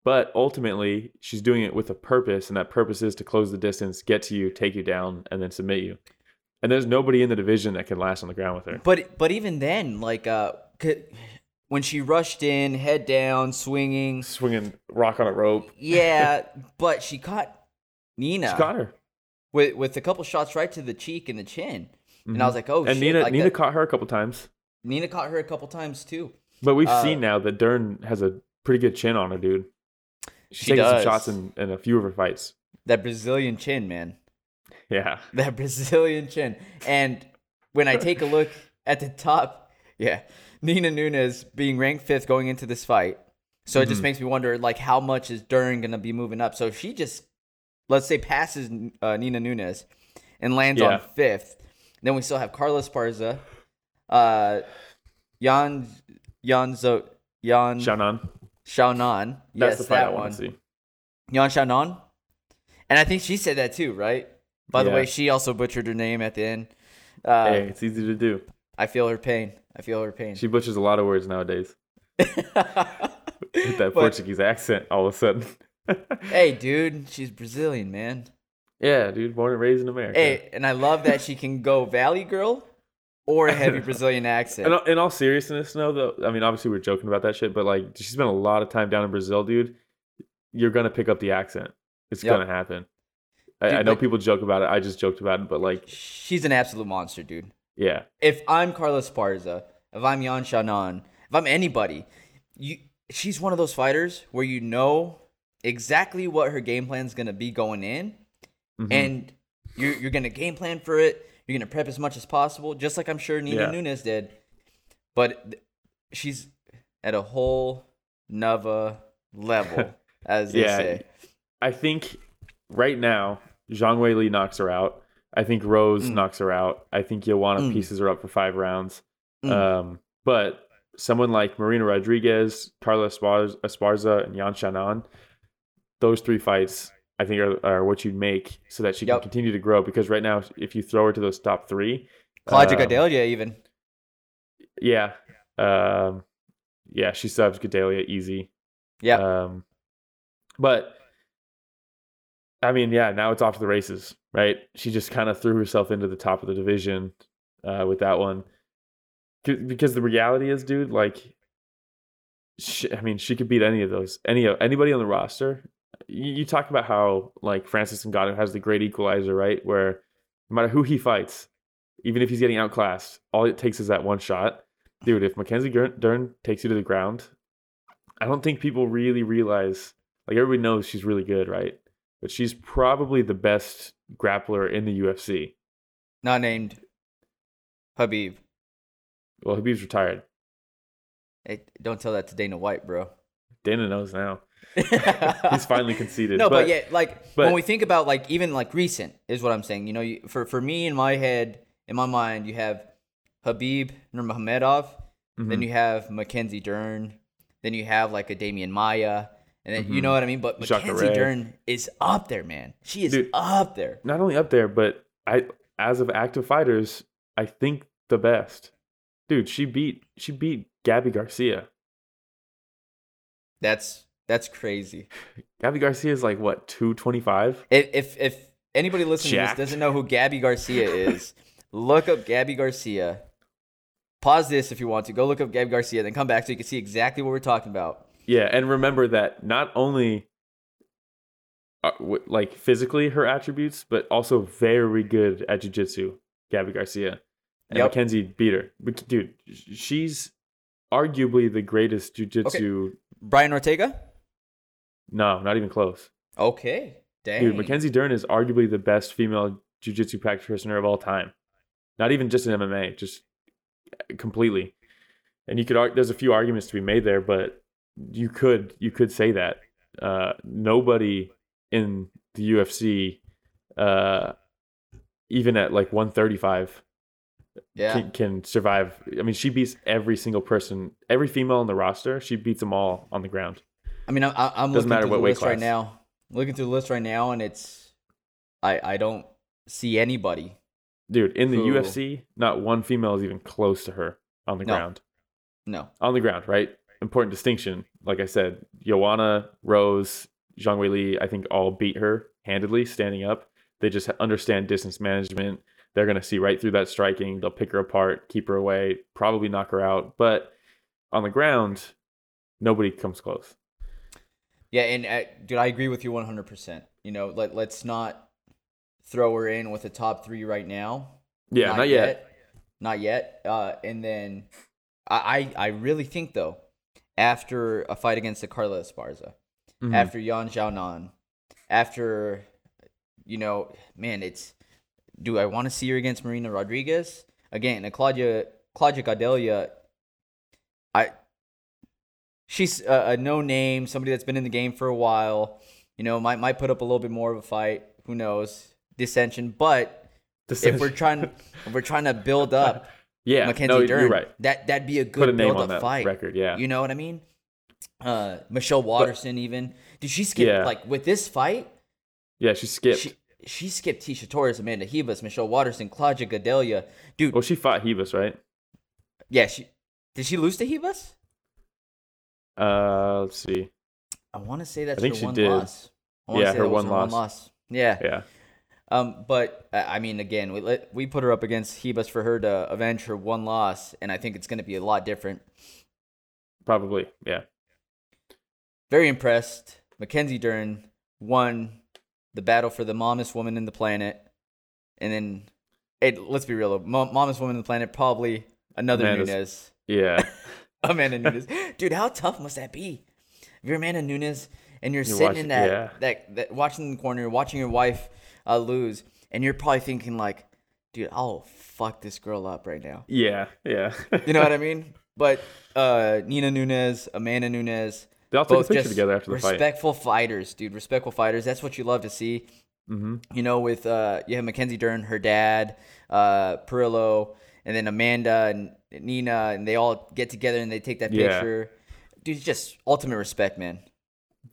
S5: but ultimately she's doing it with a purpose, and that purpose is to close the distance, get to you, take you down, and then submit you. And there's nobody in the division that can last on the ground with her.
S4: But but even then, like uh, c- when she rushed in, head down, swinging.
S5: Swinging rock on a rope,
S4: Yeah, but she caught Nina
S5: she caught her,
S4: with with a couple shots right to the cheek and the chin, and I was like, oh
S5: Mm-hmm. and
S4: shit!
S5: Nina
S4: like
S5: Nina
S4: that-
S5: caught her a couple times.
S4: Nina caught her a couple times too.
S5: But we've
S4: Uh,
S5: seen now that Dern has a pretty good chin on her, dude. She's
S4: She
S5: taken some
S4: does.
S5: shots in, in a few of her fights.
S4: That Brazilian chin, man.
S5: Yeah.
S4: That Brazilian chin. And when I take a look at the top, yeah, Nina Nunes being ranked fifth going into this fight. So
S5: Mm-hmm.
S4: it just makes me wonder, like, how much is Dern gonna be moving up? So if she just, let's say, passes uh, Nina Nunes and lands
S5: Yeah.
S4: on fifth, then we still have Carlos Parza, uh, Jan, Jan Zo, Jan
S5: Shannon. That's
S4: Xiaonan. Mm. Yes,
S5: the fight
S4: that
S5: I
S4: one.
S5: want to see.
S4: Yan Shannon. And I think she said that too, right? By the
S5: Yeah.
S4: way, she also butchered her name at the end. Uh,
S5: hey, it's easy to do.
S4: I feel her pain. I feel her pain.
S5: She butchers a lot of words nowadays. With that Portuguese accent all of a sudden.
S4: hey, dude, she's Brazilian, man.
S5: yeah, dude, born and raised in America.
S4: Hey, and I love that she can go Valley Girl or a heavy Brazilian accent.
S5: In, all, in all seriousness, no, though, I mean, obviously we're joking about that shit, but like, she spent a lot of time down in Brazil, dude. You're gonna pick up the accent. It's
S4: Yep.
S5: gonna happen. I,
S4: Dude,
S5: I know
S4: like-
S5: people joke about it. I just joked about it, but like,
S4: She's an absolute monster, dude.
S5: yeah,
S4: If I'm Carlos Parza, if I'm Yan Shannon, if I'm anybody, you, she's one of those fighters where you know exactly what her game plan's going to be going in.
S5: Mhm.
S4: and you're you're gonna game plan for it. You're gonna prep as much as possible, just like I'm sure Nina
S5: Yeah.
S4: Nunes did. But th- she's at a whole nova level, as they
S5: Yeah.
S4: say.
S5: I think right now Zhang Wei Li knocks her out. I think Rose
S4: Mm.
S5: knocks her out. I think Joanna
S4: Mm.
S5: pieces her up for five rounds.
S4: Mm.
S5: Um, but someone like Marina Rodriguez, Carla Espar- Esparza, and Yan Shannon, those three fights I think are, are what you'd make so that she
S4: Yep.
S5: can continue to grow. Because right now, if you throw her to those top three,
S4: Claudia
S5: um,
S4: Gadelia, even
S5: yeah, um, yeah, she subs Gedalia easy.
S4: yeah,
S5: Um, but I mean, yeah, now it's off to the races, right? She just kind of threw herself into the top of the division uh, with that one. C- Because the reality is, dude, like, she, I mean, she could beat any of those, any of anybody on the roster. You, you talk about how like Francis Ngannou has the great equalizer, right? Where no matter who he fights, even if he's getting outclassed, all it takes is that one shot, dude. If Mackenzie Gur- Dern takes you to the ground, I don't think people really realize. Like everybody knows she's really good, right? But she's probably the best grappler in the UFC.
S4: not named Habib.
S5: Well, Habib's retired.
S4: Eh, don't tell that to Dana White, bro.
S5: Dana knows now.
S4: He's
S5: He's finally conceded.
S4: No, but, yeah, like
S5: but-
S4: when we think about like even like recent is what I'm saying. You know, you, for for me in my head, in my mind, you have Habib Nurmagomedov, then
S5: Mhm.
S4: you have Mackenzie Dern, then you have like a Damian Maya, and then you
S5: Mhm.
S4: know what I mean. But
S5: Jacare.
S4: Mackenzie Dern is up there, man. She is
S5: Dude.
S4: up there.
S5: not only up there, but I as of active fighters, I think the best. Dude, she beat she beat Gabby Garcia.
S4: That's that's crazy.
S5: Gabby Garcia is like what two twenty five?
S4: If if, if anybody listening to
S5: Jacked.
S4: this doesn't know who Gabby Garcia is, look up Gabby Garcia. Pause this if you want to. Go look up Gabby Garcia, then come back so you can see exactly what we're talking about.
S5: Yeah, and remember that not only uh, w- like physically her attributes, but also very good at jiu-jitsu, Gabby Garcia. And
S4: Yep.
S5: Mackenzie beat her. But dude, sh- she's arguably the greatest jiu-jitsu.
S4: Brian Ortega?
S5: No, not even close.
S4: Okay. Dang.
S5: Dude, Mackenzie Dern is arguably the best female jiu-jitsu practitioner of all time. Not even just in MMA, just uh, completely. And you could ar- there's a few arguments to be made there, but you could you could say that uh, nobody in the UFC, uh, even at like 135,
S4: Yeah.
S5: can, can survive. I mean, she beats every single person, every female on the roster. She beats them all on the ground.
S4: I mean, I, I- I'm
S5: Doesn't
S4: looking
S5: matter
S4: through
S5: what
S4: the
S5: weight
S4: list right
S5: class.
S4: now. Looking through the list right now, and it's I I don't see anybody.
S5: Dude, in the
S4: Cool.
S5: UFC, not one female is even close to her on the
S4: No.
S5: ground.
S4: No.
S5: on the ground, right? Important distinction. like I said, Joanna, Rose, Zhang Wei Li, I think all beat her handedly standing up. They just understand distance management. They're going to see right through that striking. They'll pick her apart, keep her away, probably knock her out. But on the ground, nobody comes close.
S4: Yeah, and uh, dude, I agree with you 100%. You know, let, let's not throw her in with a top three right now.
S5: Yeah, not, yet.
S4: Not yet. Uh, and then I, I, I really think, though, after a fight against the Carla Esparza,
S5: Mhm.
S4: after Yan Xiaonan, after, you know, man, it's do I want to see her against Marina Rodriguez again? And Claudia Claudia Gadelia, I she's a, a no name, somebody that's been in the game for a while. You know, might might put up a little bit more of a fight. Who knows? Dissension, but if we're trying if we're trying to build up
S5: yeah,
S4: Mackenzie
S5: no,
S4: Dern,
S5: you're right.
S4: that that'd be a good
S5: Put a name
S4: build
S5: on
S4: up
S5: that
S4: fight.
S5: record. Yeah,
S4: You know what I mean? Uh, Michelle Watterson, even did she skip
S5: Yeah.
S4: like with this fight?
S5: yeah, she skipped.
S4: She she skipped Tisha Torres, Amanda Hibas, Michelle Watterson, Claudia Gadelia. Dude,
S5: well, she fought Hebus, right?
S4: yeah, she did she lose to Hibas?
S5: Uh, let's see.
S4: I want to say that's
S5: I think
S4: her
S5: she
S4: one
S5: did.
S4: loss. I wanna
S5: Yeah,
S4: say
S5: her
S4: that was
S5: one loss.
S4: Yeah.
S5: Yeah,
S4: Um, but I I mean, again, we let, we put her up against Hebus for her to avenge her one loss, and I think it's going to be a lot different.
S5: probably. Yeah.
S4: Very impressed. Mackenzie Dern won the battle for the mommest woman in the planet, and then, it, let's be real, mom, mommest woman in the planet probably another
S5: Amanda's-
S4: Nunes.
S5: Yeah.
S4: Amanda Nunes. Dude, how tough must that be? If you're Amanda Nunes and you're,
S5: You're
S4: sitting
S5: watching-
S4: in that,
S5: yeah.
S4: that that watching in the corner, watching your wife uh, lose, and you're probably thinking like, dude, I'll fuck this girl up right now.
S5: yeah. Yeah.
S4: You know what I mean? But uh, Nina Nunes, Amanda Nunes,
S5: they all took a
S4: both
S5: picture
S4: just
S5: together after the fight.
S4: respectful fighters, dude. Respectful fighters. That's what you love to see
S5: Mm-hmm.
S4: you know, with uh, you have Mackenzie Dern, her dad, uh, Perillo, and then Amanda and Nina, and they all get together and they take that
S5: Yeah.
S4: picture. Dude, it's just ultimate respect, man.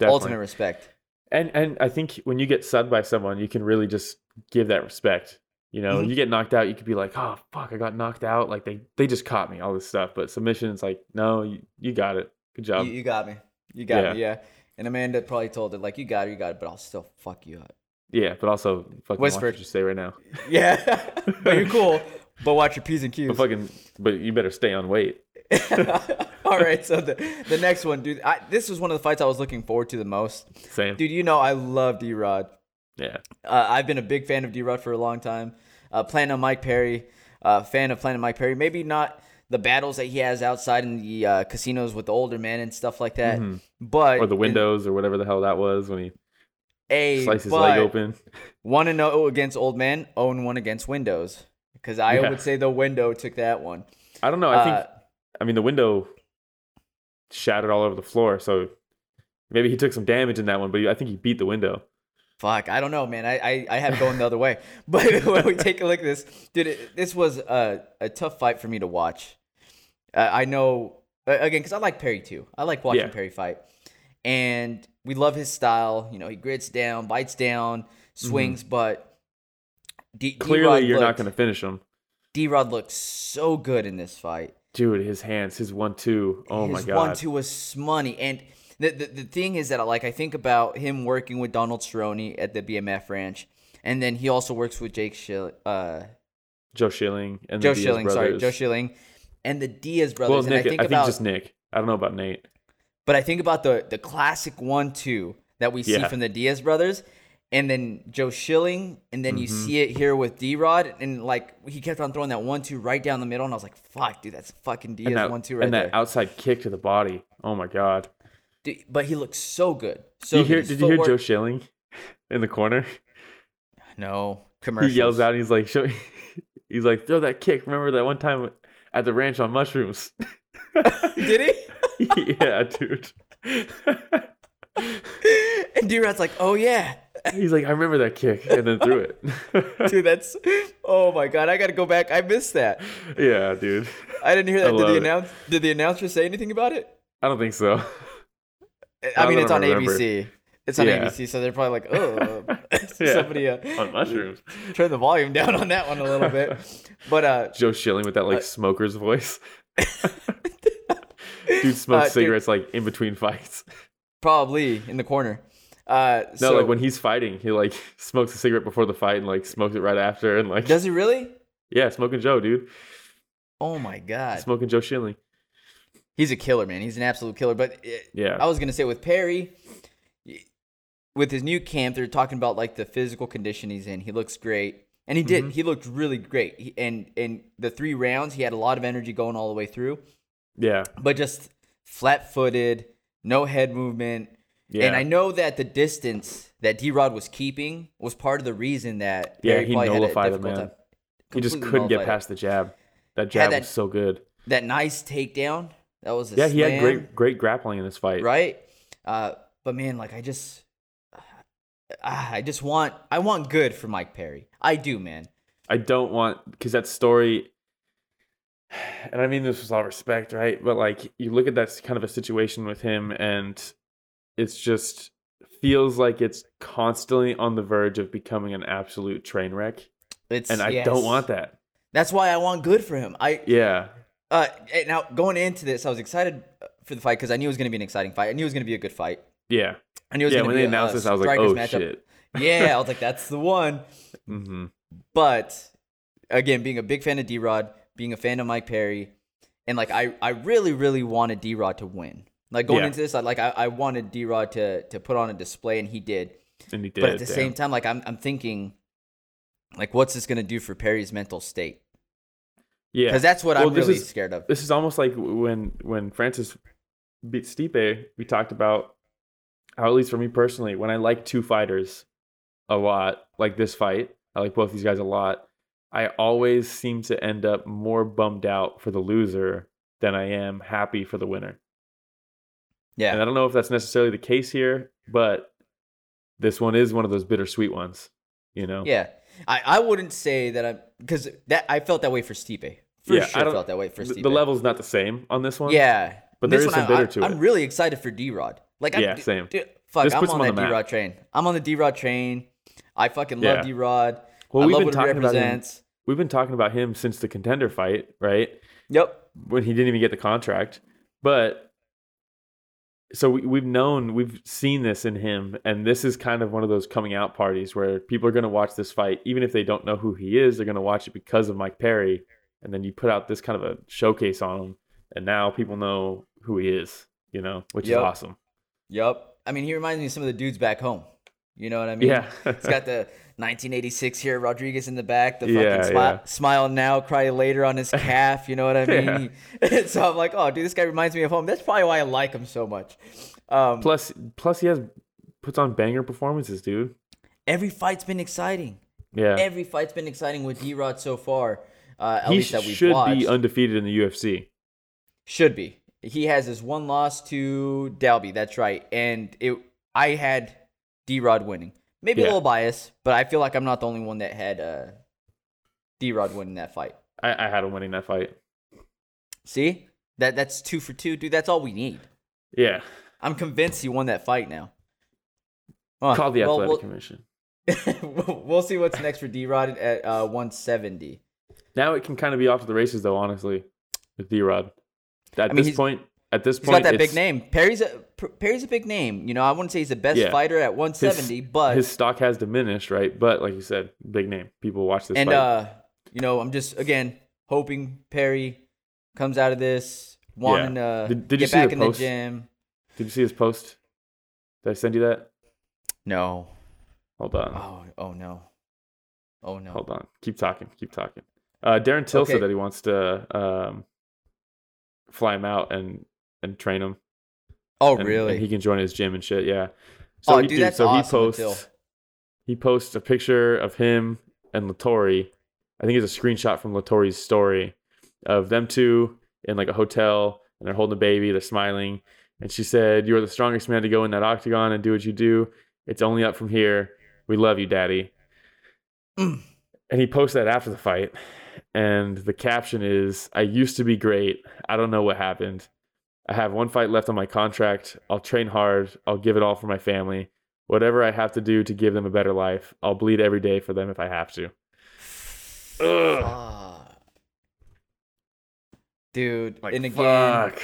S4: Ultimate respect.
S5: and and I think when you get subbed by someone, you can really just give that respect. You know,
S4: Mhm.
S5: you get knocked out, you could be like, "Oh fuck, I got knocked out!" Like they they just caught me, all this stuff. But submission, it's like, no, you, you got it. Good job.
S4: you, you got me. You got
S5: yeah.
S4: me. Yeah. And Amanda probably told it like, "You got it, you got it," but I'll still fuck you up.
S5: yeah, but also fucking
S4: Whisper.
S5: Whisper. watch you stay right now.
S4: Yeah, but you're cool. But watch your p's and q's.
S5: But fucking, but you better stay on weight.
S4: All right. So the the next one, dude. I, this was one of the fights I was looking forward to the most.
S5: Same.
S4: Dude, you know I love D Rod.
S5: Yeah.
S4: Uh, I've been a big fan of D Rod for a long time. Uh, plan on Mike Perry, uh, fan of Plan on Mike Perry. Maybe not the battles that he has outside in the uh, casinos with the older men and stuff like that,
S5: Mhm.
S4: but
S5: Or the windows or whatever the hell that was when he
S4: a
S5: sliced his leg open.
S4: One and zero against old men, zero and one against windows. Because I
S5: Yeah.
S4: would say the window took that one.
S5: I don't know. I think
S4: Uh,
S5: I mean, the window shattered all over the floor, so maybe he took some damage in that one. But I think he beat the window.
S4: Fuck, I don't know, man. I, I, I have going the other way. But when we take a look at this, dude, it, this was a, a tough fight for me to watch. Uh, I know, uh, again, because I like Perry too. I like watching
S5: Yeah.
S4: Perry fight. And we love his style. You know, he grits down, bites down, swings, but D-
S5: Mm-hmm. Clearly,
S4: D-Rod
S5: you're not
S4: looked-
S5: going to finish him,
S4: D-Rod looked so good in this fight.
S5: dude. His hands, his one-two. Oh my
S4: his
S5: god.
S4: one two was smoney. And the, the the thing is that I like I think about him working with Donald Cerrone at the BMF ranch, and then he also works with Jake Shil- uh,
S5: Joe Schilling and
S4: Joe
S5: the Diaz
S4: Schilling, sorry,
S5: brothers.
S4: Joe Schilling, and the Diaz
S5: Well,
S4: brothers.
S5: Nick, I
S4: and I
S5: think,
S4: think about
S5: just Nick. I don't know about Nate.
S4: but I think about the the classic one two that we see
S5: Yeah.
S4: from the Diaz brothers, and then Joe Schilling, and then you
S5: Mm-hmm.
S4: see it here with D Rod, and like he kept on throwing that one two right down the middle, and I was like, fuck, dude, that's fucking Diaz
S5: And that,
S4: one two right
S5: and
S4: there.
S5: that outside kick to the body. Oh my god.
S4: Dude, but he looked so good. So
S5: Did you hear?
S4: good. His
S5: Did you hear
S4: footwork-
S5: Joe Schilling in the corner?
S4: No
S5: He
S4: commercials.
S5: yells out. He's like, show, he's like, throw that kick. Remember that one time at the ranch on mushrooms?
S4: Did he?
S5: yeah, dude.
S4: And D Rod's like, oh yeah,
S5: He's like, I remember that kick, and then threw it.
S4: dude, that's. Oh my god, I gotta go back. I missed that.
S5: yeah, dude.
S4: I didn't hear
S5: I
S4: that. Did the
S5: love it.
S4: announce? Did the announcer say anything about it?
S5: I don't think so.
S4: I mean,
S5: don't
S4: it's on
S5: remember.
S4: ABC. It's on
S5: Yeah.
S4: ABC, so they're probably like, oh,
S5: Yeah.
S4: somebody uh,
S5: On mushrooms.
S4: turn the volume down on that one a little bit. But uh,
S5: Joe Schilling with that like smoker's voice. Dude smokes
S4: Uh, dude.
S5: cigarettes like in between fights.
S4: Probably in the corner. Uh,
S5: No,
S4: so,
S5: like when he's fighting, he like smokes a cigarette before the fight and like smokes it right after and like
S4: does he really?
S5: yeah, smoking Joe, dude,
S4: Oh my god,
S5: smoking Joe Shinley.
S4: he's a killer, man. He's an absolute killer. But eh,
S5: Yeah,
S4: I was gonna say with Perry, y- with his new camp, they're talking about like the physical condition he's in. He looks great, and he
S5: Mm-hmm.
S4: did. He looked really great. He, and and the three rounds, he had a lot of energy going all the way through,
S5: yeah,
S4: but just flat footed, no head movement.
S5: yeah.
S4: And I know that the distance that D Rod was keeping was part of the reason that
S5: Yeah,
S4: Perry
S5: he
S4: probably had a
S5: nullified it,
S4: difficult
S5: man.
S4: time.
S5: he just
S4: Completely
S5: couldn't get
S4: nullified it.
S5: past the jab. That jab
S4: that-
S5: was so good.
S4: that nice takedown. That was a
S5: Yeah, he had
S4: slam,
S5: great great grappling in this fight.
S4: right? Uh, but man, like I just, uh, ah, I just want, I want good for Mike Perry. I do, man.
S5: I don't want because that story, and I mean this with all respect, right? But like you look at that s- kind of a situation with him, and it's just feels like it's constantly on the verge of becoming an absolute train wreck,
S4: It's
S5: and I
S4: yes.
S5: don't want that.
S4: That's why I want good for him. I
S5: Yeah,
S4: uh, and now going into this, I was excited for the fight because I knew it was going to be an exciting fight. I knew it was going to be a good fight.
S5: yeah,
S4: I knew it was
S5: yeah.
S4: gonna
S5: When
S4: be
S5: they
S4: a,
S5: announced
S4: uh,
S5: this, I was like,
S4: strikers
S5: oh
S4: matchup.
S5: shit.
S4: Yeah, I was like, that's the one.
S5: hmm
S4: But again, being a big fan of D Rod, being a fan of Mike Perry, and like I, I really, really wanted D Rod to win. Like going
S5: Yeah.
S4: into this, I like I, I wanted D Rod to to put on a display and he did.
S5: And he did.
S4: but at the
S5: damn.
S4: same time, like I'm I'm thinking like what's this gonna do for Perry's mental state?
S5: yeah,
S4: Because that's what
S5: Well,
S4: I'm
S5: this
S4: really
S5: is-
S4: scared of.
S5: this is almost like when when Francis beat Stipe, we talked about how at least for me personally, when I like two fighters a lot, like this fight, I like both these guys a lot. I always seem to end up more bummed out for the loser than I am happy for the winner. And
S4: Yeah.
S5: I don't know if that's necessarily the case here, but this one is one of those bittersweet ones, you know?
S4: Yeah. I, I wouldn't say that I'm because that I felt that way for Stipe. For
S5: Yeah, I
S4: sure
S5: don't-
S4: felt that way for
S5: The,
S4: Stipe.
S5: the level's not the same on this one.
S4: Yeah.
S5: But
S4: this
S5: there is
S4: one,
S5: some bitter
S4: I,
S5: to
S4: I,
S5: it.
S4: am really excited for D Rod. Like,
S5: Yeah,
S4: I'm,
S5: same.
S4: dude, fuck,
S5: This
S4: I'm
S5: puts him
S4: on
S5: on
S4: that
S5: the
S4: D
S5: map.
S4: Rod train. I'm on the D Rod train. I fucking love
S5: Yeah.
S4: D Rod.
S5: Well,
S4: I
S5: we've
S4: love
S5: been
S4: what he
S5: talking about him.
S4: represents.
S5: We've been talking about him since the contender fight, right?
S4: Yep.
S5: when he didn't even get the contract. But so we, we've known, we've seen this in him, and this is kind of one of those coming out parties where people are going to watch this fight, even if they don't know who he is, they're going to watch it because of Mike Perry, and then you put out this kind of a showcase on him, and now people know who he is, you know, which
S4: Yep.
S5: is awesome.
S4: Yep. I mean, he reminds me of some of the dudes back home. You know what I mean?
S5: Yeah.
S4: it's got the 1986 here, Rodriguez in the back, the fucking
S5: Yeah,
S4: smi-
S5: yeah.
S4: smile now, cry later on his calf. You know what I mean? so I'm like, oh, dude, this guy reminds me of home. That's probably why I like him so much. Um,
S5: Plus, plus he has puts on banger performances, dude.
S4: every fight's been exciting.
S5: Yeah,
S4: every fight's been exciting with D Rod so far. Uh, at
S5: he
S4: least that we've
S5: should
S4: watched.
S5: be undefeated in the UFC.
S4: should be. He has his one loss to Dalby. That's right. And it, I had D Rod winning. Maybe a
S5: Yeah.
S4: little bias, but I feel like I'm not the only one that had uh, D Rod winning that fight.
S5: I, I had him winning that fight.
S4: See that? That's two for two, dude. That's all we need.
S5: Yeah,
S4: I'm convinced he won that fight now. Uh,
S5: call the
S4: well,
S5: athletic
S4: we'll-
S5: commission.
S4: we'll, see what's next for D Rod at uh, 170.
S5: Now it can kind of be off to the races, though. Honestly, with D Rod, at
S4: I mean,
S5: this
S4: he's-
S5: point, at this
S4: He's
S5: point,
S4: got that big
S5: it's-
S4: name. Perry's a Per- Perry's a big name. You know, I wouldn't say he's the best
S5: Yeah.
S4: fighter at
S5: his-
S4: 170, but
S5: his stock has diminished, right? But like you said, big name. People watch this.
S4: and
S5: fight.
S4: uh, you know, I'm just again hoping Perry comes out of this wanting to
S5: Did- did you
S4: get
S5: see the
S4: back in the
S5: post?
S4: gym.
S5: Did you see his post? Did I send you that?
S4: No.
S5: Hold on,
S4: Oh, oh no. Oh no.
S5: hold on. Keep talking. Keep talking. Uh, Darren Till
S4: Okay.
S5: said that he wants to um, fly him out and and train him.
S4: Oh
S5: and-
S4: really?
S5: And he can join his gym and shit. Yeah. So
S4: Oh,
S5: he,
S4: dude,
S5: dude,
S4: that's
S5: so
S4: awesome,
S5: he posts
S4: Till.
S5: he posts a picture of him and Latori. I think it's a screenshot from Latori's story of them two in like a hotel and they're holding a baby, they're smiling. And she said, You are the strongest man to go in that octagon and do what you do. It's only up from here. We love you, Daddy. And he posts that after the fight. And the caption is, I used to be great. I don't know what happened. I have one fight left on my contract. I'll train hard. I'll give it all for my family. Whatever I have to do to give them a better life, I'll bleed every day for them if I have to.
S4: Ah. Dude, and again,
S5: fuck.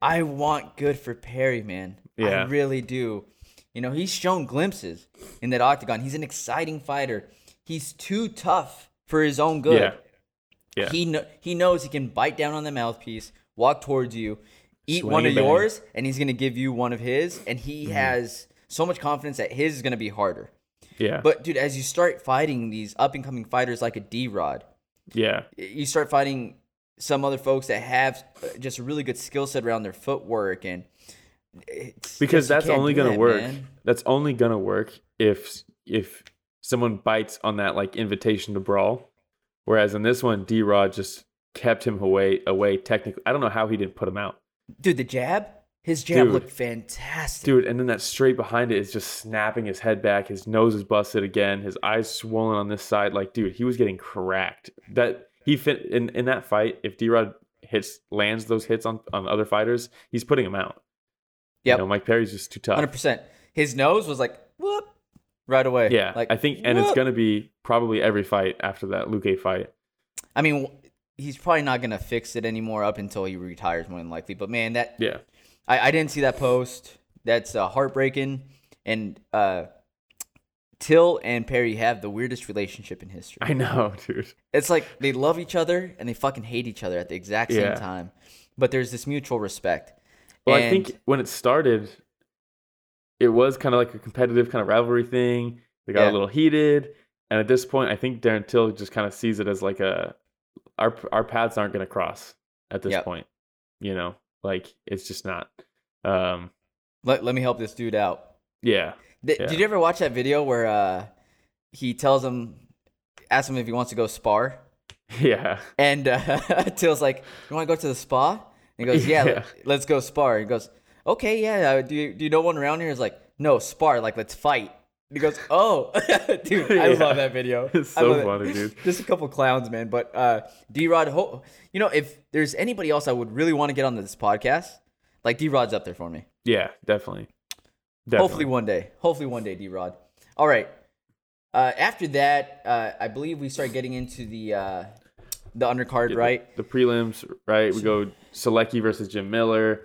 S4: I want good for Perry, man. I
S5: Yeah.
S4: really do. You know, he's shown glimpses in that octagon. He's an exciting fighter. He's too tough for his own good.
S5: Yeah. Yeah.
S4: He kn- he knows he can bite down on the mouthpiece, walk towards you, eat
S5: Swing
S4: one
S5: and
S4: of
S5: bang. Mm-hmm.
S4: yours, and he's gonna give you one of his. And he has so much confidence that his is gonna be harder.
S5: Yeah.
S4: But dude, as you start fighting these up and coming fighters like a D Rod,
S5: yeah.
S4: you start fighting some other folks that have uh, just a really good skill set around their footwork and it's
S5: because
S4: just- you
S5: that's
S4: can't
S5: only
S4: do
S5: gonna
S4: that,
S5: work.
S4: man.
S5: That's only gonna work if if someone bites on that like invitation to brawl. Whereas in this one, D Rod just kept him away away technically. I don't know how he didn't put him out,
S4: dude the jab his jab
S5: Dude.
S4: looked fantastic
S5: dude. And then that straight behind it is just snapping his head back. His nose is busted again. His eyes swollen on this side. Like, dude, he was getting cracked. That he fit in in that fight. If D Rod hits lands those hits on on other fighters, he's putting him out. Yeah,
S4: Yep.
S5: You know, Mike Perry's just too tough.
S4: 100% his nose was like whoop right away
S5: Yeah,
S4: like
S5: I think, and it's
S4: whoop.
S5: gonna be probably every fight after that Luke fight.
S4: i mean w- he's probably not gonna fix it anymore up until he retires more than likely but man that
S5: Yeah,
S4: I, I didn't see that post. That's uh, heartbreaking. And uh, Till and Perry have the weirdest relationship in history.
S5: I know, dude.
S4: It's like they love each other and they fucking hate each other at the exact same
S5: Yeah.
S4: time. But there's this mutual respect.
S5: Well, I
S4: And-
S5: think when it started, it was kind of like a competitive kind of rivalry thing. They got a
S4: Yeah.
S5: little heated, and at this point, I think Darren Till just kind of sees it as like a our our paths aren't gonna cross at this
S4: Yep.
S5: point. You know, like it's just not. Um,
S4: Let, let me help this dude out.
S5: yeah,
S4: Th-
S5: Yeah.
S4: Did you ever watch that video where uh, he tells him, asks him if he wants to go spar?
S5: yeah,
S4: And uh, Till's like, "You want to go to the spa?" And he goes, "Yeah,
S5: Yeah.
S4: let's go spar." And he goes, "Okay, yeah. uh, Do you, do you know one around here?" He's like, "No, spar. Like, let's fight." And he goes, "Oh, dude, I
S5: Yeah.
S4: love that video.
S5: It's
S4: I
S5: so
S4: love it.
S5: funny, dude.
S4: Just a couple clowns, man. But uh, D Rod, ho- you know, if there's anybody else I would really want to get on this podcast, like D Rod's up there for me.
S5: yeah, definitely. definitely.
S4: Hopefully one day. Hopefully one day, D Rod. All right. Uh, after that, uh, I believe we start getting into the uh, the undercard,
S5: Yeah, the-
S4: right?
S5: The, prelims, right? We go Selecki versus Jim Miller.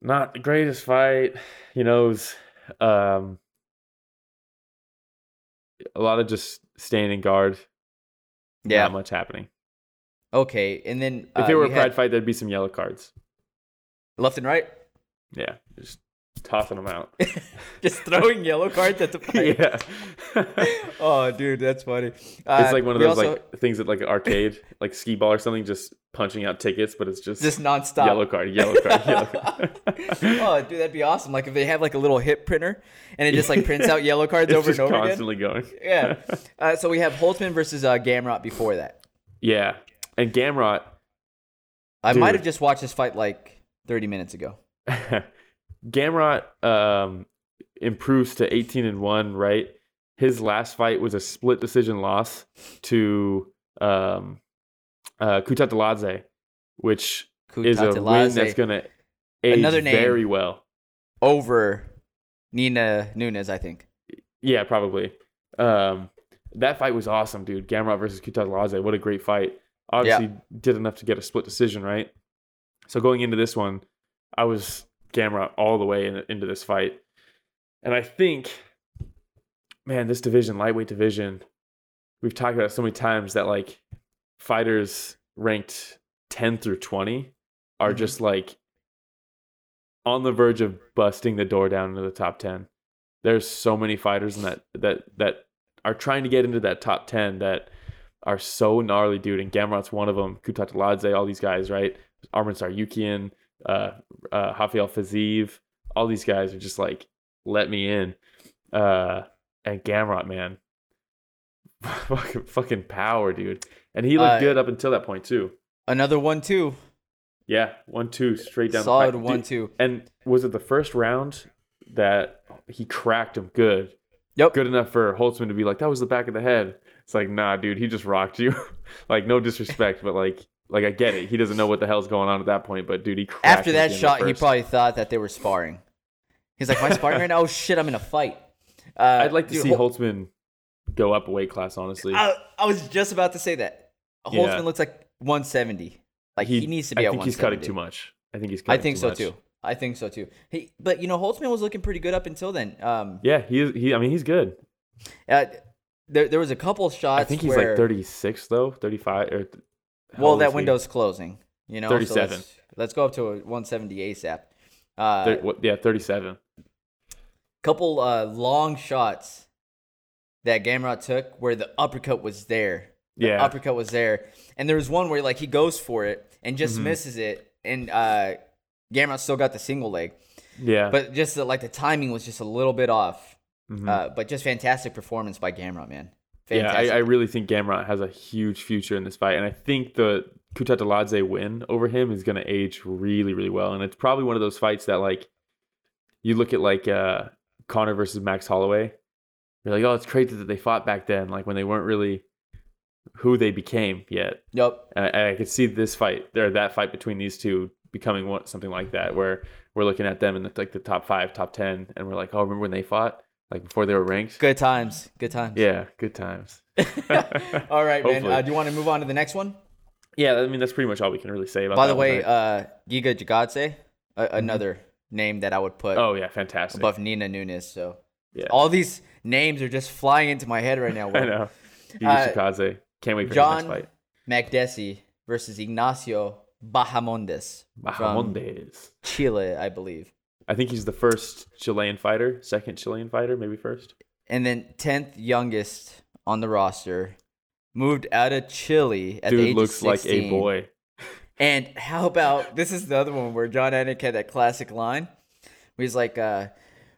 S5: Not the greatest fight, you know. It was, um, a lot of just standing guard.
S4: Yeah.
S5: not much happening.
S4: Okay, and then
S5: If
S4: uh,
S5: it were a
S4: you
S5: pride
S4: had
S5: fight, there'd be some yellow cards.
S4: left and right,
S5: Yeah, just tossing them out.
S4: just throwing yellow cards at the fight.
S5: yeah,
S4: Oh, dude, that's funny. Uh,
S5: it's like one of
S4: we
S5: those
S4: also-
S5: like things at like an arcade, like skee ball or something, just punching out tickets, but it's just
S4: just nonstop.
S5: yellow card, yellow card, yellow card.
S4: oh, dude, that'd be awesome. Like if they have like a little hip printer and it just like prints out yellow cards
S5: It's
S4: over
S5: just
S4: and over
S5: constantly going.
S4: again. Yeah. Uh, so we have Holtzman versus uh, Gamrot before that.
S5: Yeah. And Gamrot,
S4: I might
S5: Dude.
S4: have just watched this fight like 30 minutes ago.
S5: Gamrot um, improves to 18 and 1, right? His last fight was a split decision loss to um, uh, Kutateladze, which is a win
S4: Kutateladze
S5: that's going to age
S4: Another name.
S5: very well.
S4: over Nina Nunes, I think.
S5: Yeah, probably. Um, that fight was awesome, dude. Gamrot versus Kutadlaze. What a great fight. Obviously, did enough to get a split decision, right? So going into this one, I was Gamrot all the way in, into this fight, and I think, man, this division, lightweight division, we've talked about it so many times that like fighters ranked ten through twenty are just like on the verge of busting the door down into the top ten there's so many fighters in that that that are trying to get into that top 10 that are so gnarly dude and Gamrot's one of them Kutateladze all these guys right Armin Saryukian uh uh Rafael Faziv all these guys are just like let me in uh and Gamrot man fucking fucking power dude and he looked
S4: Uh,
S5: good up until that point too
S4: Another one two,
S5: yeah one two straight down
S4: solid
S5: the pipe.
S4: one
S5: Dude,
S4: two.
S5: and was it the first round that he cracked him good
S4: Yep.
S5: good enough for Holtzman to be like, that was the back of the head. It's like, nah, dude, he just rocked you. like, no disrespect, but like, like I get it. He doesn't know what the hell's going on at that point, but dude, he cracked
S4: After
S5: him
S4: that
S5: in the
S4: shot, he
S5: first.
S4: probably thought that they were sparring. He's like, "Am I sparring right now? Oh shit, I'm in a fight." Uh,
S5: I'd like to
S4: dude,
S5: see
S4: Hol-
S5: Holtzman go up a weight class. Honestly,
S4: I, I was just about to say that. Holtzman
S5: Yeah.
S4: looks like 170. Like he, needs to be
S5: I
S4: at
S5: think
S4: 170.
S5: he's cutting too much. I think he's.
S4: I
S5: cutting
S4: think
S5: too
S4: so
S5: much.
S4: too. I think so too. He, but you know, Holtzman was looking pretty good up until then. Um,
S5: Yeah, he is. He, I mean, he's good.
S4: uh, there, there was a couple shots.
S5: I think he's
S4: where,
S5: like 36 though, 35 or. th- how
S4: Well,
S5: old is
S4: that
S5: he?
S4: window's closing. You know, so
S5: 37.
S4: let's, let's go up to a 170 ASAP. Uh,
S5: Thir- what- yeah, 37.
S4: couple uh, long shots that Gamrot took where the uppercut was there. The
S5: Yeah.
S4: uppercut was there, and there was one where like he goes for it and just
S5: Mhm.
S4: misses it, and uh, Gamrot still got the single leg,
S5: Yeah.
S4: but just the, like the timing was just a little bit off.
S5: Mhm.
S4: Uh, but just fantastic performance by Gamrot, man.
S5: yeah, I,
S4: Fantastic.
S5: I really think Gamrot has a huge future in this fight, and I think the Kutataladze win over him is going to age really, really well. And it's probably one of those fights that like you look at like uh Connor versus Max Holloway. You're like, oh, it's crazy that they fought back then, like when they weren't really who they became yet.
S4: Yup.
S5: And I, and I could see this fight or that fight between these two becoming one, something like that, where we're looking at them in the, like the top five, top ten, and we're like, oh, remember when they fought? Like before they were ranked.
S4: Good times. Good times.
S5: Yeah, good times.
S4: All right, man.
S5: Hopefully.
S4: Uh, do you want to move on to the next one?
S5: Yeah, I mean that's pretty much all we can really say about.
S4: By
S5: that
S4: the way,
S5: one, Mm-hmm.
S4: uh, Giga Jagadze, a- another name that I would put
S5: right? oh yeah, fantastic.
S4: above Nina Nunes. So
S5: yeah,
S4: all these names are just flying into my head right now.
S5: I
S4: Will.
S5: know.
S4: Uh,
S5: Yushikaze. Can't wait for
S4: John
S5: his next fight.
S4: Magdesi versus Ignacio Bahamondes from
S5: Bahamondes.
S4: Chile, I believe.
S5: I think he's the first Chilean fighter, second Chilean fighter, maybe first.
S4: And then 10th youngest on the roster. Moved out of Chile at the age
S5: Dude
S4: of
S5: looks like a
S4: 16.
S5: boy.
S4: And how about this is the other one where John Anik had that classic line. Where he's like, uh,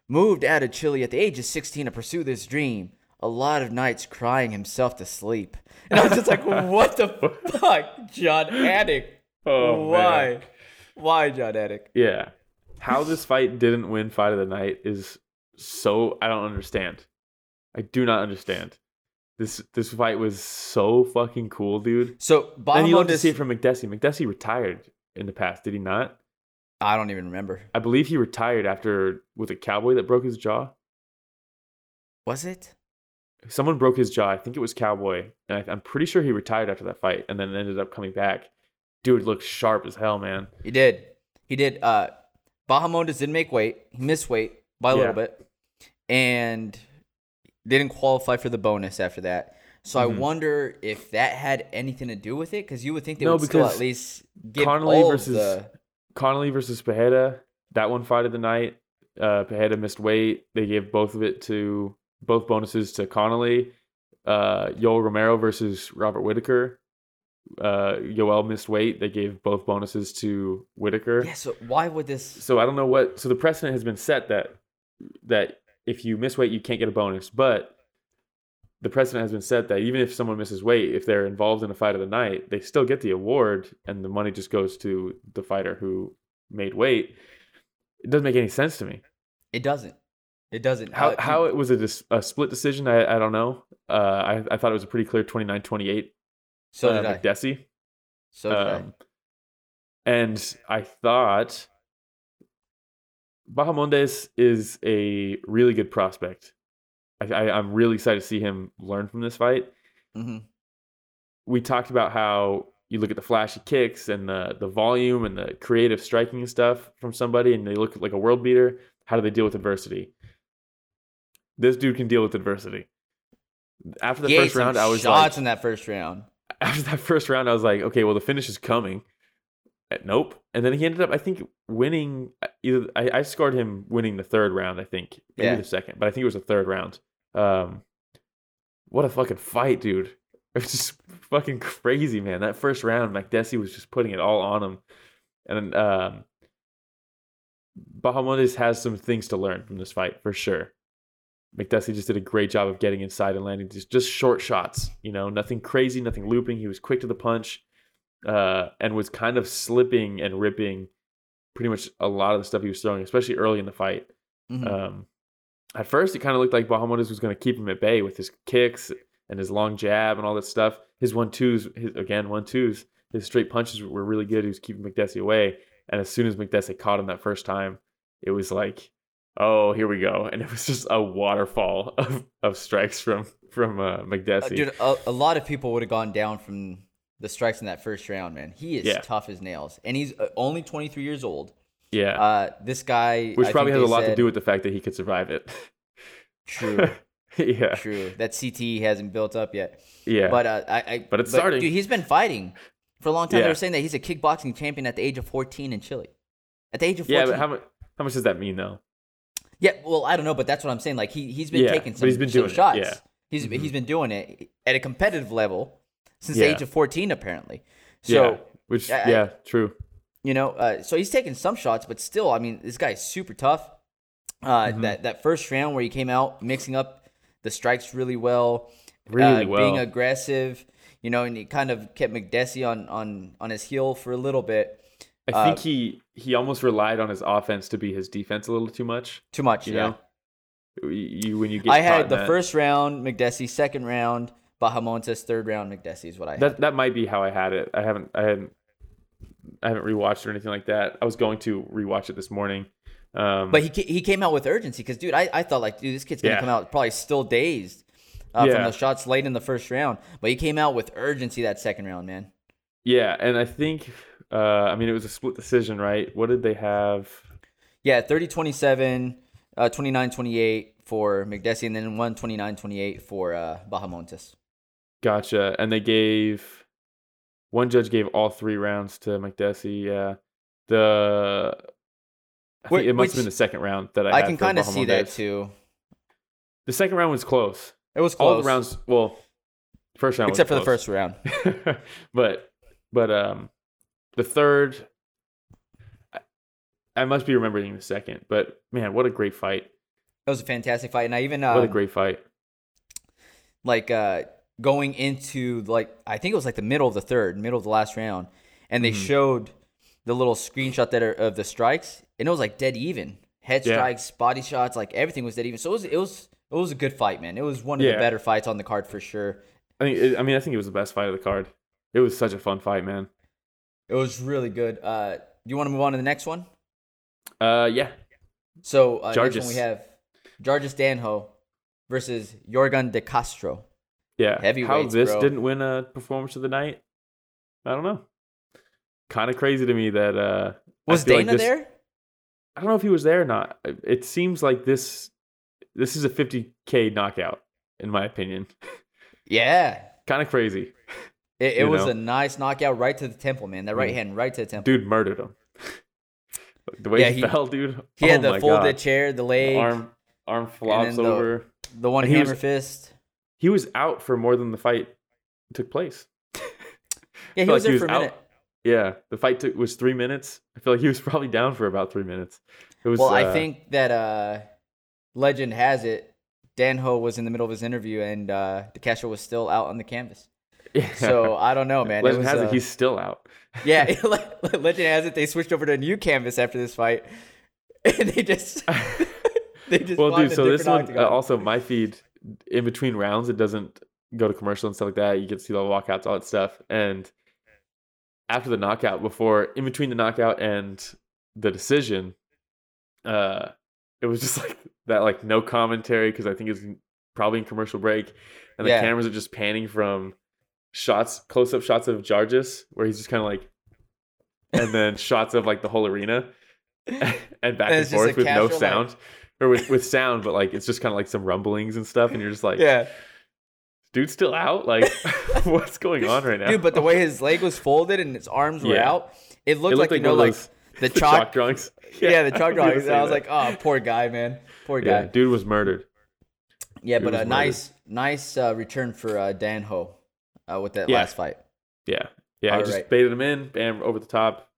S4: moved out of Chile at the age of 16 to pursue this dream. A lot of nights crying himself to sleep. And I was just like, what the fuck, John Anik?
S5: Oh,
S4: Why?
S5: man.
S4: Why, John Anik?
S5: Yeah. How this fight didn't win fight of the night is so I don't understand. I do not understand. This this fight was so fucking cool, dude.
S4: So,
S5: and you love to
S4: Bahamondes,
S5: see it from McDessie. McDessie retired in the past, did he not?
S4: I don't even remember.
S5: I believe he retired after with a cowboy that broke his jaw.
S4: Was it?
S5: Someone broke his jaw. I think it was Cowboy, and I, I'm pretty sure he retired after that fight, and then ended up coming back. Dude looked sharp as hell, man.
S4: He did. He did. Uh, Bahamondes didn't make weight. He missed weight by a
S5: Yeah.
S4: little bit, and didn't qualify for the bonus after that. So I
S5: Mhm.
S4: wonder if that had anything to do with it, because you would think they
S5: No,
S4: would still
S5: because
S4: at least give
S5: Connolly
S4: all of
S5: versus-
S4: the.
S5: Connolly versus Pajeda, that one fight of the night. Uh, Pajeda missed weight. They gave both of it to both bonuses to Connolly. Uh, Yoel Romero versus Robert Whitaker. Uh, Yoel missed weight. They gave both bonuses to Whitaker.
S4: Yeah. So why would this?
S5: so I don't know what. So the precedent has been set that that if you miss weight, you can't get a bonus. But the precedent has been set that even if someone misses weight, if they're involved in a fight of the night, they still get the award, and the money just goes to the fighter who made weight. It doesn't make any sense to me.
S4: It doesn't. It doesn't. Uh,
S5: How how it was a, dis, a split decision? I, I don't know. Uh, I I thought it was a pretty clear 29-28
S4: So
S5: uh,
S4: did I.
S5: McDessie.
S4: So did I.
S5: Um, And I thought Bahamondes is a really good prospect. I, I, I'm really excited to see him learn from this fight.
S4: hmm
S5: We talked about how you look at the flashy kicks and the, the volume and the creative striking and stuff from somebody, and they look like a world beater. How do they deal with adversity? This dude can deal with adversity. After the
S4: He ate
S5: first
S4: some
S5: round, I was like,
S4: shots in that first round.
S5: after that first round, I was like, okay, well, the finish is coming. Uh, Nope. And then he ended up, I think, winning. uh, Either I, I scored him winning the third round, I think, maybe
S4: Yeah.
S5: the second, but I think it was the third round. Um, what a fucking fight, dude! It's just fucking crazy, man. That first round, McDessie was just putting it all on him, and um, Bahamondes has some things to learn from this fight for sure. McDessie just did a great job of getting inside and landing just, just short shots. You know, nothing crazy, nothing looping. He was quick to the punch, uh, and was kind of slipping and ripping pretty much a lot of the stuff he was throwing, especially early in the fight.
S4: Mhm.
S5: Um, at first, it kind of looked like Bahamondes was going to keep him at bay with his kicks and his long jab and all that stuff. His one twos, his, again one twos, his straight punches were really good. He was keeping McDessie away, and as soon as McDessie caught him that first time, it was like, oh, here we go, and it was just a waterfall of, of strikes from from uh,
S4: Uh,
S5: McDessie.
S4: dude, a, a lot of people would have gone down from the strikes in that first round, man. He is
S5: Yeah.
S4: tough as nails, and he's uh, only 23 years old.
S5: Yeah.
S4: Uh, this guy,
S5: Which
S4: I
S5: probably
S4: think
S5: has a
S4: they
S5: lot to
S4: said-
S5: do with the fact that he could survive it.
S4: true,
S5: yeah.
S4: true. That CTE hasn't built up yet.
S5: Yeah.
S4: But uh, I, I,
S5: But it's starting.
S4: dude. He's been fighting for a long time. They
S5: Yeah.
S4: were saying that he's a kickboxing champion at the age of 14 in Chile. At the age of 14.
S5: yeah, but how much how much does that mean though?
S4: Yeah, well, I don't know, but that's what I'm saying. Like he he's been
S5: Yeah,
S4: taking
S5: but
S4: some,
S5: he's been
S4: some
S5: doing it,
S4: shots.
S5: yeah. Mm-hmm.
S4: He's he's been doing it at a competitive level since the
S5: Yeah.
S4: age of 14, apparently. So
S5: Yeah. Which
S4: I- I-
S5: yeah, true.
S4: you know, uh, so he's taking some shots, but still, I mean, this guy's super tough. Uh,
S5: Mm-hmm.
S4: That that first round where he came out mixing up the strikes really well,
S5: Really
S4: uh,
S5: well.
S4: being aggressive, you know, and he kind of kept McDessie on on on his heel for a little bit.
S5: I
S4: Uh,
S5: think he he almost relied on his offense to be his defense a little too much.
S4: Too much,
S5: You
S4: yeah.
S5: know, You- you when you get
S4: I
S5: caught in
S4: had the
S5: that-
S4: first round McDessie, second round Bahamontes, third round McDessie is what I had.
S5: That that might be how I had it. I haven't I hadn't I haven't rewatched or anything like that. I was going to rewatch it this morning. Um,
S4: But he ca- he came out with urgency because, dude, I, I thought like, dude, this kid's gonna
S5: Yeah.
S4: come out probably still dazed uh, from
S5: Yeah.
S4: the shots late in the first round. But he came out with urgency that second round, man.
S5: yeah, and I think uh, I mean it was a split decision, right? What did they have?
S4: Yeah, 30 27, uh, 29 28 for McDessie, and then 1 29 28 for uh, Bahamontes.
S5: Gotcha. And they gave one judge gave all three rounds to McDessie. Yeah, the I think
S4: Whi-
S5: it must have
S4: which-
S5: been the second round that I.
S4: I
S5: had
S4: can
S5: for
S4: kind of see that
S5: Bahamondes.
S4: too.
S5: The second round was close.
S4: It was close.
S5: All the rounds, well, first round, was
S4: except for the
S5: close.
S4: first round.
S5: but but um the third I, I must be remembering the second but man what a great fight
S4: It was a fantastic fight, and I even
S5: what
S4: uh,
S5: a great fight
S4: like uh going into like I think it was like the middle of the third, middle of the last round, and they
S5: Mm-hmm.
S4: showed the little screenshot that are of the strikes, and it was like dead even. Head
S5: Yeah.
S4: strikes, body shots, like everything was dead even. So it was it was it was a good fight, man. It was one of the
S5: Yeah.
S4: better fights on the card for sure.
S5: i think i mean i think it was the best fight of the card it was such a fun fight man
S4: It was really good. Uh do you want to move on to the next one?
S5: uh yeah
S4: So uh, next one
S5: Jarges.
S4: we have Jarvis Danho versus Jorgen de Castro.
S5: yeah how
S4: Heavyweights,
S5: this
S4: bro.
S5: didn't win a performance of the night i don't know kind of crazy to me that uh I
S4: Was
S5: feel like
S4: Dana
S5: this-
S4: there?
S5: i don't know if he was there or not it seems like this this is a 50k knockout in my opinion
S4: Yeah.
S5: kind of crazy
S4: It, it
S5: You
S4: was
S5: know? Mm.
S4: a nice knockout right to the temple, man. That right hand right to the temple.
S5: dude murdered him. The way
S4: Yeah,
S5: he,
S4: he-
S5: fell, dude.
S4: He had
S5: oh
S4: the
S5: my
S4: folded
S5: God.
S4: chair, the leg,
S5: arm, arm flops
S4: the-
S5: over.
S4: the one
S5: and he was-
S4: hammer fist.
S5: He was out for more than the fight took place.
S4: Yeah, he
S5: feel like
S4: was there
S5: he
S4: for a
S5: was
S4: minute.
S5: out. Yeah, the fight took was three minutes. I feel like he was probably down for about three minutes. It was.
S4: Well, I
S5: uh,
S4: think that uh, legend has it. Danho was in the middle of his interview, and uh, DeCastro was still out on the canvas.
S5: yeah.
S4: So I don't know, man.
S5: Legend
S4: it was,
S5: has
S4: uh,
S5: it. He's still out.
S4: yeah, le- legend has it. They switched over to a new canvas after this fight, and they just they just
S5: well,
S4: fought in
S5: dude.
S4: a
S5: So this
S4: different
S5: one uh,
S4: octagon.
S5: also my feed in between rounds it doesn't go to commercial and stuff like that. You get to see the walkouts, all that stuff, and after the knockout, before in between the knockout and the decision, uh, it was just like that, like no commentary because I think it's probably in commercial break, and the
S4: Yeah.
S5: cameras are just panning from shots, close up shots of Jargis where he's just kind of like, and then shots of like the whole arena, and back
S4: And
S5: and,
S4: it's just
S5: forth
S4: a
S5: with no
S4: casual, like-
S5: sound or with, with sound, but like it's just kind of like some rumblings and stuff, and you're just like,
S4: yeah,
S5: dude's still out. Like, what's going on right now,
S4: dude. But the way his leg was folded and his arms were
S5: Yeah.
S4: out, it looked,
S5: It
S4: like
S5: looked like
S4: you know,
S5: one
S4: like
S5: of those-
S4: the
S5: the chalk,
S4: chalk
S5: drawings.
S4: Yeah, the chalk
S5: I was gonna
S4: drawings. And
S5: say
S4: I was
S5: that.
S4: like, oh, poor guy, man. Poor
S5: yeah,
S4: guy.
S5: dude was murdered.
S4: Yeah,
S5: Dude
S4: but
S5: was
S4: a
S5: murdered.
S4: nice, nice uh, return for uh, Dan Ho uh, with that
S5: Yeah.
S4: last fight.
S5: Yeah, yeah, he just
S4: Alright.
S5: baited him in, bam, over the top.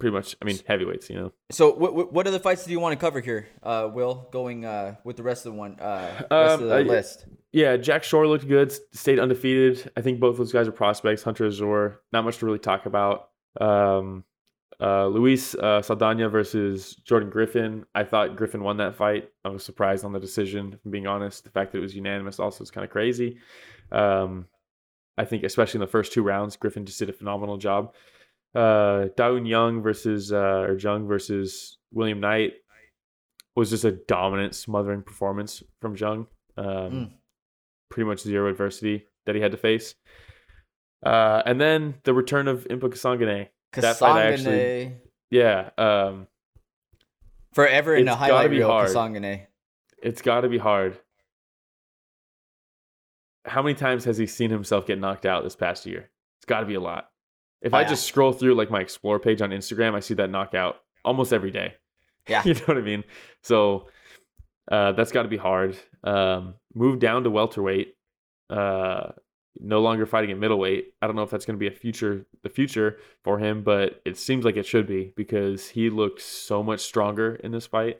S5: Pretty much, I mean, heavyweights, you know.
S4: So, what what, what other fights do you want to cover here, uh, Will? Going uh, with the rest of the one, uh, rest of
S5: Um,
S4: the
S5: uh,
S4: list.
S5: Yeah, Jack Shore looked good, s- stayed undefeated. I think both those guys are prospects. Hunter Azor, not much to really talk about. Um, uh, Luis uh, Saldana versus Jordan Griffin. I thought Griffin won that fight. I was surprised on the decision, if I'm being honest. The fact that it was unanimous also is kind of crazy. Um, I think, especially in the first two rounds, Griffin just did a phenomenal job. Uh, Daun Young versus uh, or Jung versus William Knight was just a dominant, smothering performance from Jung. Um,
S4: Mm.
S5: Pretty much zero adversity that he had to face. Uh, and then the return of Impa Kasangane. That fight I actually-
S4: Kasangane.
S5: Yeah, um,
S4: Forever in
S5: It's
S4: a
S5: gotta
S4: highlight
S5: be
S4: reel,
S5: hard.
S4: Kasangane.
S5: it's got to be hard. How many times has he seen himself get knocked out this past year? It's got to be a lot. If
S4: Oh,
S5: I
S4: yeah.
S5: just scroll through like my explore page on Instagram, I see that knockout almost every day.
S4: Yeah.
S5: you know what I mean? So uh, that's got to be hard. Um, move down to welterweight. Uh, no longer fighting at middleweight. I don't know if that's going to be a future the future for him, but it seems like it should be because he looked so much stronger in this fight.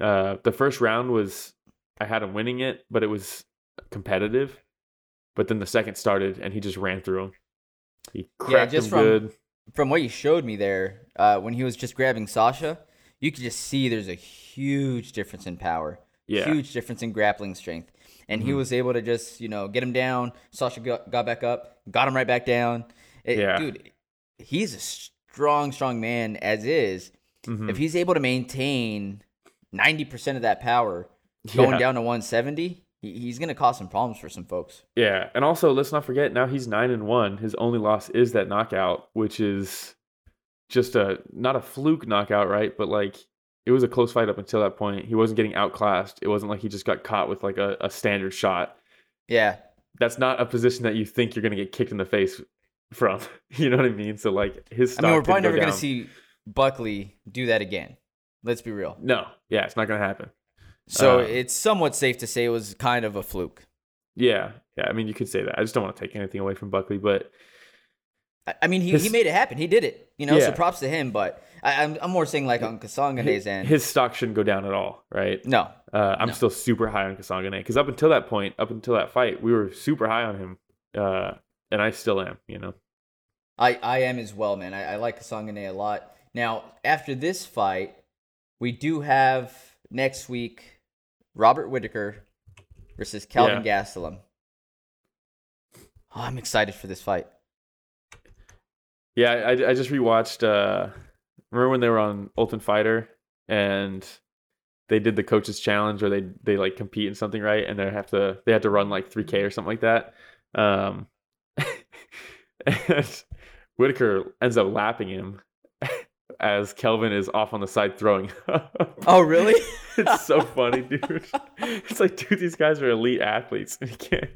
S5: Uh, the first round was I had him winning it, but it was competitive. But then the second started, and he just ran through him. He cracked
S4: just
S5: him
S4: from-
S5: good.
S4: From what you showed me there, uh, when he was just grabbing Sasha, you could just see there's a huge difference in power.
S5: Yeah,
S4: huge difference in grappling strength. And he
S5: Mhm.
S4: was able to just, you know, get him down. Sasha got, got back up, got him right back down. It-
S5: Yeah.
S4: Dude, he's a strong, strong man as is.
S5: Mhm.
S4: If he's able to maintain 90% of that power going
S5: Yeah.
S4: down to 170, he, he's going to cause some problems for some folks.
S5: Yeah, and also let's not forget now he's nine and one. His only loss is that knockout, which is just a not a fluke knockout, right? But like it was a close fight up until that point. He wasn't getting outclassed. It wasn't like he just got caught with like a, a standard shot.
S4: Yeah.
S5: That's not a position that you think you're gonna get kicked in the face from. You know what I mean? So like his stock
S4: I mean, we're
S5: could
S4: probably
S5: go
S4: never going to
S5: down.
S4: see Buckley do that again. Let's be real.
S5: No, yeah, it's not gonna happen.
S4: So
S5: Uh,
S4: it's somewhat safe to say it was kind of a fluke.
S5: Yeah, yeah. I mean, you could say that. I just don't want to take anything away from Buckley, but
S4: I- I mean, he, he
S5: His-
S4: made it happen. He did it. You know, so
S5: Yeah.
S4: props to him. But I, I'm, I'm more saying like on Kasangane's end.
S5: his stock shouldn't go down at all, right?
S4: no,
S5: Uh, I'm
S4: No.
S5: still super high on Kasangane because up until that point, up until that fight, we were super high on him, uh, and I still am. You know,
S4: I, I am as well, man. I, I like Kasangane a lot. Now, after this fight, we do have next week Robert Whitaker versus Calvin Gastelum. Oh, I'm excited for this fight.
S5: yeah. I, I I just rewatched. Uh, remember when they were on Ultimate Fighter and they did the coaches challenge where they they like compete in something, right? And they have to they had to run like 3K or something like that. Um, and Whitaker ends up lapping him as Kelvin is off on the side throwing.
S4: Oh, really?
S5: it's so funny, dude. It's like, dude, these guys are elite athletes. You can't,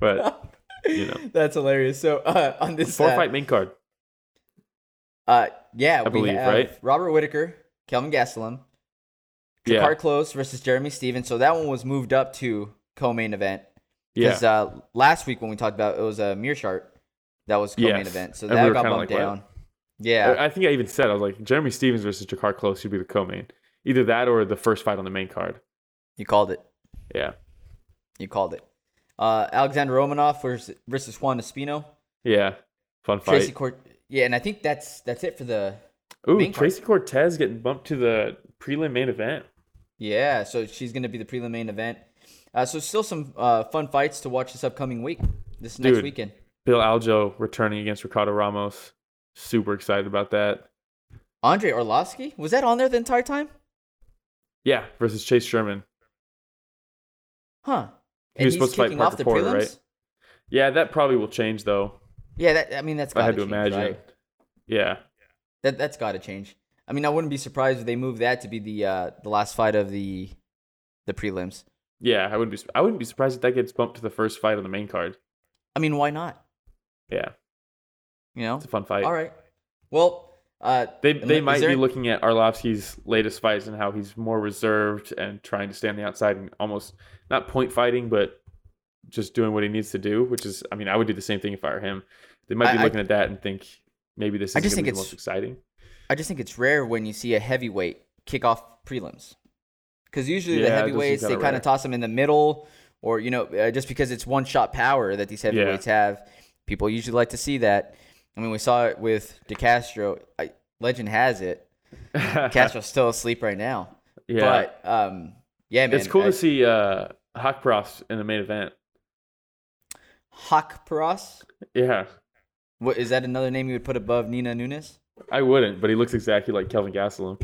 S5: but You know.
S4: That's hilarious. So uh, on this
S5: four
S4: uh,
S5: fight main card.
S4: uh, yeah,
S5: I
S4: we
S5: believe,
S4: have
S5: right?
S4: Robert Whitaker, Calvin Gastelum,
S5: Yeah,
S4: Card Close versus Jeremy Stevens. So that one was moved up to co-main event.
S5: yeah,
S4: Because uh, last week when we talked about it was a uh, Mearshart that was co-main
S5: Yes.
S4: event, so
S5: And we
S4: that
S5: were
S4: got
S5: kinda
S4: bumped
S5: like, what?
S4: down. Yeah,
S5: I I think I even said I was like, Jeremy Stevens versus Jakar Close should be the co-main. Either that or the first fight on the main card.
S4: you called it.
S5: Yeah,
S4: You called it. Uh, Alexander Romanov versus, versus Juan Espino.
S5: yeah, fun fight.
S4: Tracy Court. Yeah, and I think that's that's it for the. main
S5: Ooh,
S4: card.
S5: Tracy Cortez getting bumped to the prelim main event.
S4: Yeah, so she's gonna be the prelim main event. Uh, so still some uh, fun fights to watch this upcoming week. This next
S5: Dude.
S4: weekend.
S5: Bill Aljo returning against Ricardo Ramos. Super excited about that.
S4: Andre Orlovsky was that on there the entire time?
S5: Yeah, versus Chase Sherman.
S4: Huh.
S5: He was supposed to fight Parker Porter, right? Yeah, that probably will change though.
S4: Yeah, that, I mean that's.
S5: I
S4: gotta
S5: had to
S4: change,
S5: imagine.
S4: right?
S5: Yeah.
S4: That that's got to change. I mean, I wouldn't be surprised if they move that to be the uh, the last fight of the the prelims.
S5: Yeah, I wouldn't be. I wouldn't be surprised if that gets bumped to the first fight on the main card.
S4: I mean, why not?
S5: Yeah,
S4: You know.
S5: it's a fun fight.
S4: All right. Well, uh,
S5: They
S4: and
S5: they
S4: is
S5: might
S4: there-
S5: be looking at Arlovsky's latest fights and how he's more reserved and trying to stay on the outside and almost not point fighting, but just doing what he needs to do. Which is, I mean, I would do the same thing if I were him. They might be
S4: I- I-
S5: looking at that and think maybe this is
S4: I
S5: going
S4: just
S5: to be
S4: think
S5: the
S4: it's-
S5: most exciting.
S4: I just think it's rare when you see a heavyweight kick off prelims, because usually
S5: Yeah, it
S4: the
S5: does seem
S4: heavyweights they
S5: kinda
S4: kind
S5: rare.
S4: of toss them in the middle, or you know, uh, just because it's one shot power that these heavyweights have. People usually like to see that. I mean, we saw it with DeCastro. I, legend has it, Castro's still asleep right now.
S5: yeah,
S4: But um, yeah, man,
S5: it's cool
S4: I-
S5: to see uh, Hakprost in the main event.
S4: Hawk Paras.
S5: Yeah,
S4: What is that another name you would put above Nina Nunes?
S5: I wouldn't, but he looks exactly like Kelvin Gastelum.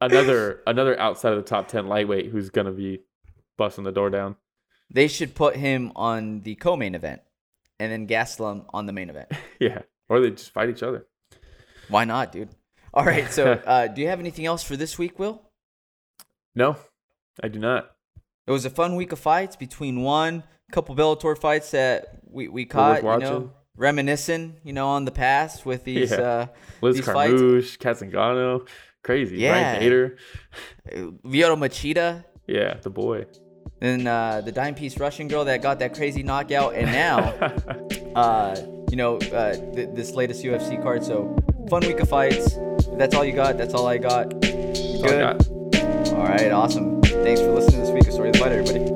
S5: another another outside of the top ten lightweight who's gonna be busting the door down.
S4: They should put him on the co-main event, and then Gaslam on the main event.
S5: Yeah. Or they just fight each other.
S4: Why not, dude? All right. So, uh, do you have anything else for this week, Will?
S5: No, I do not.
S4: It was a fun week of fights between one couple Bellator fights that we we caught. You
S5: watching.
S4: know, reminiscing, you know, on the past with these.
S5: Yeah.
S4: Uh,
S5: Liz
S4: These fights-
S5: Carmouche, Katzengano, crazy.
S4: Yeah.
S5: Brian Hader.
S4: Viola Machida,
S5: Yeah, the boy.
S4: then uh, the dime piece Russian girl that got that crazy knockout, and now, uh, you know, uh, th- this latest UFC card. So, fun week of fights. If That's all you got. That's all I got.
S5: That's all I
S4: Good.
S5: got.
S4: All right. Awesome. Thanks for listening to this week of Story of the Fight, everybody.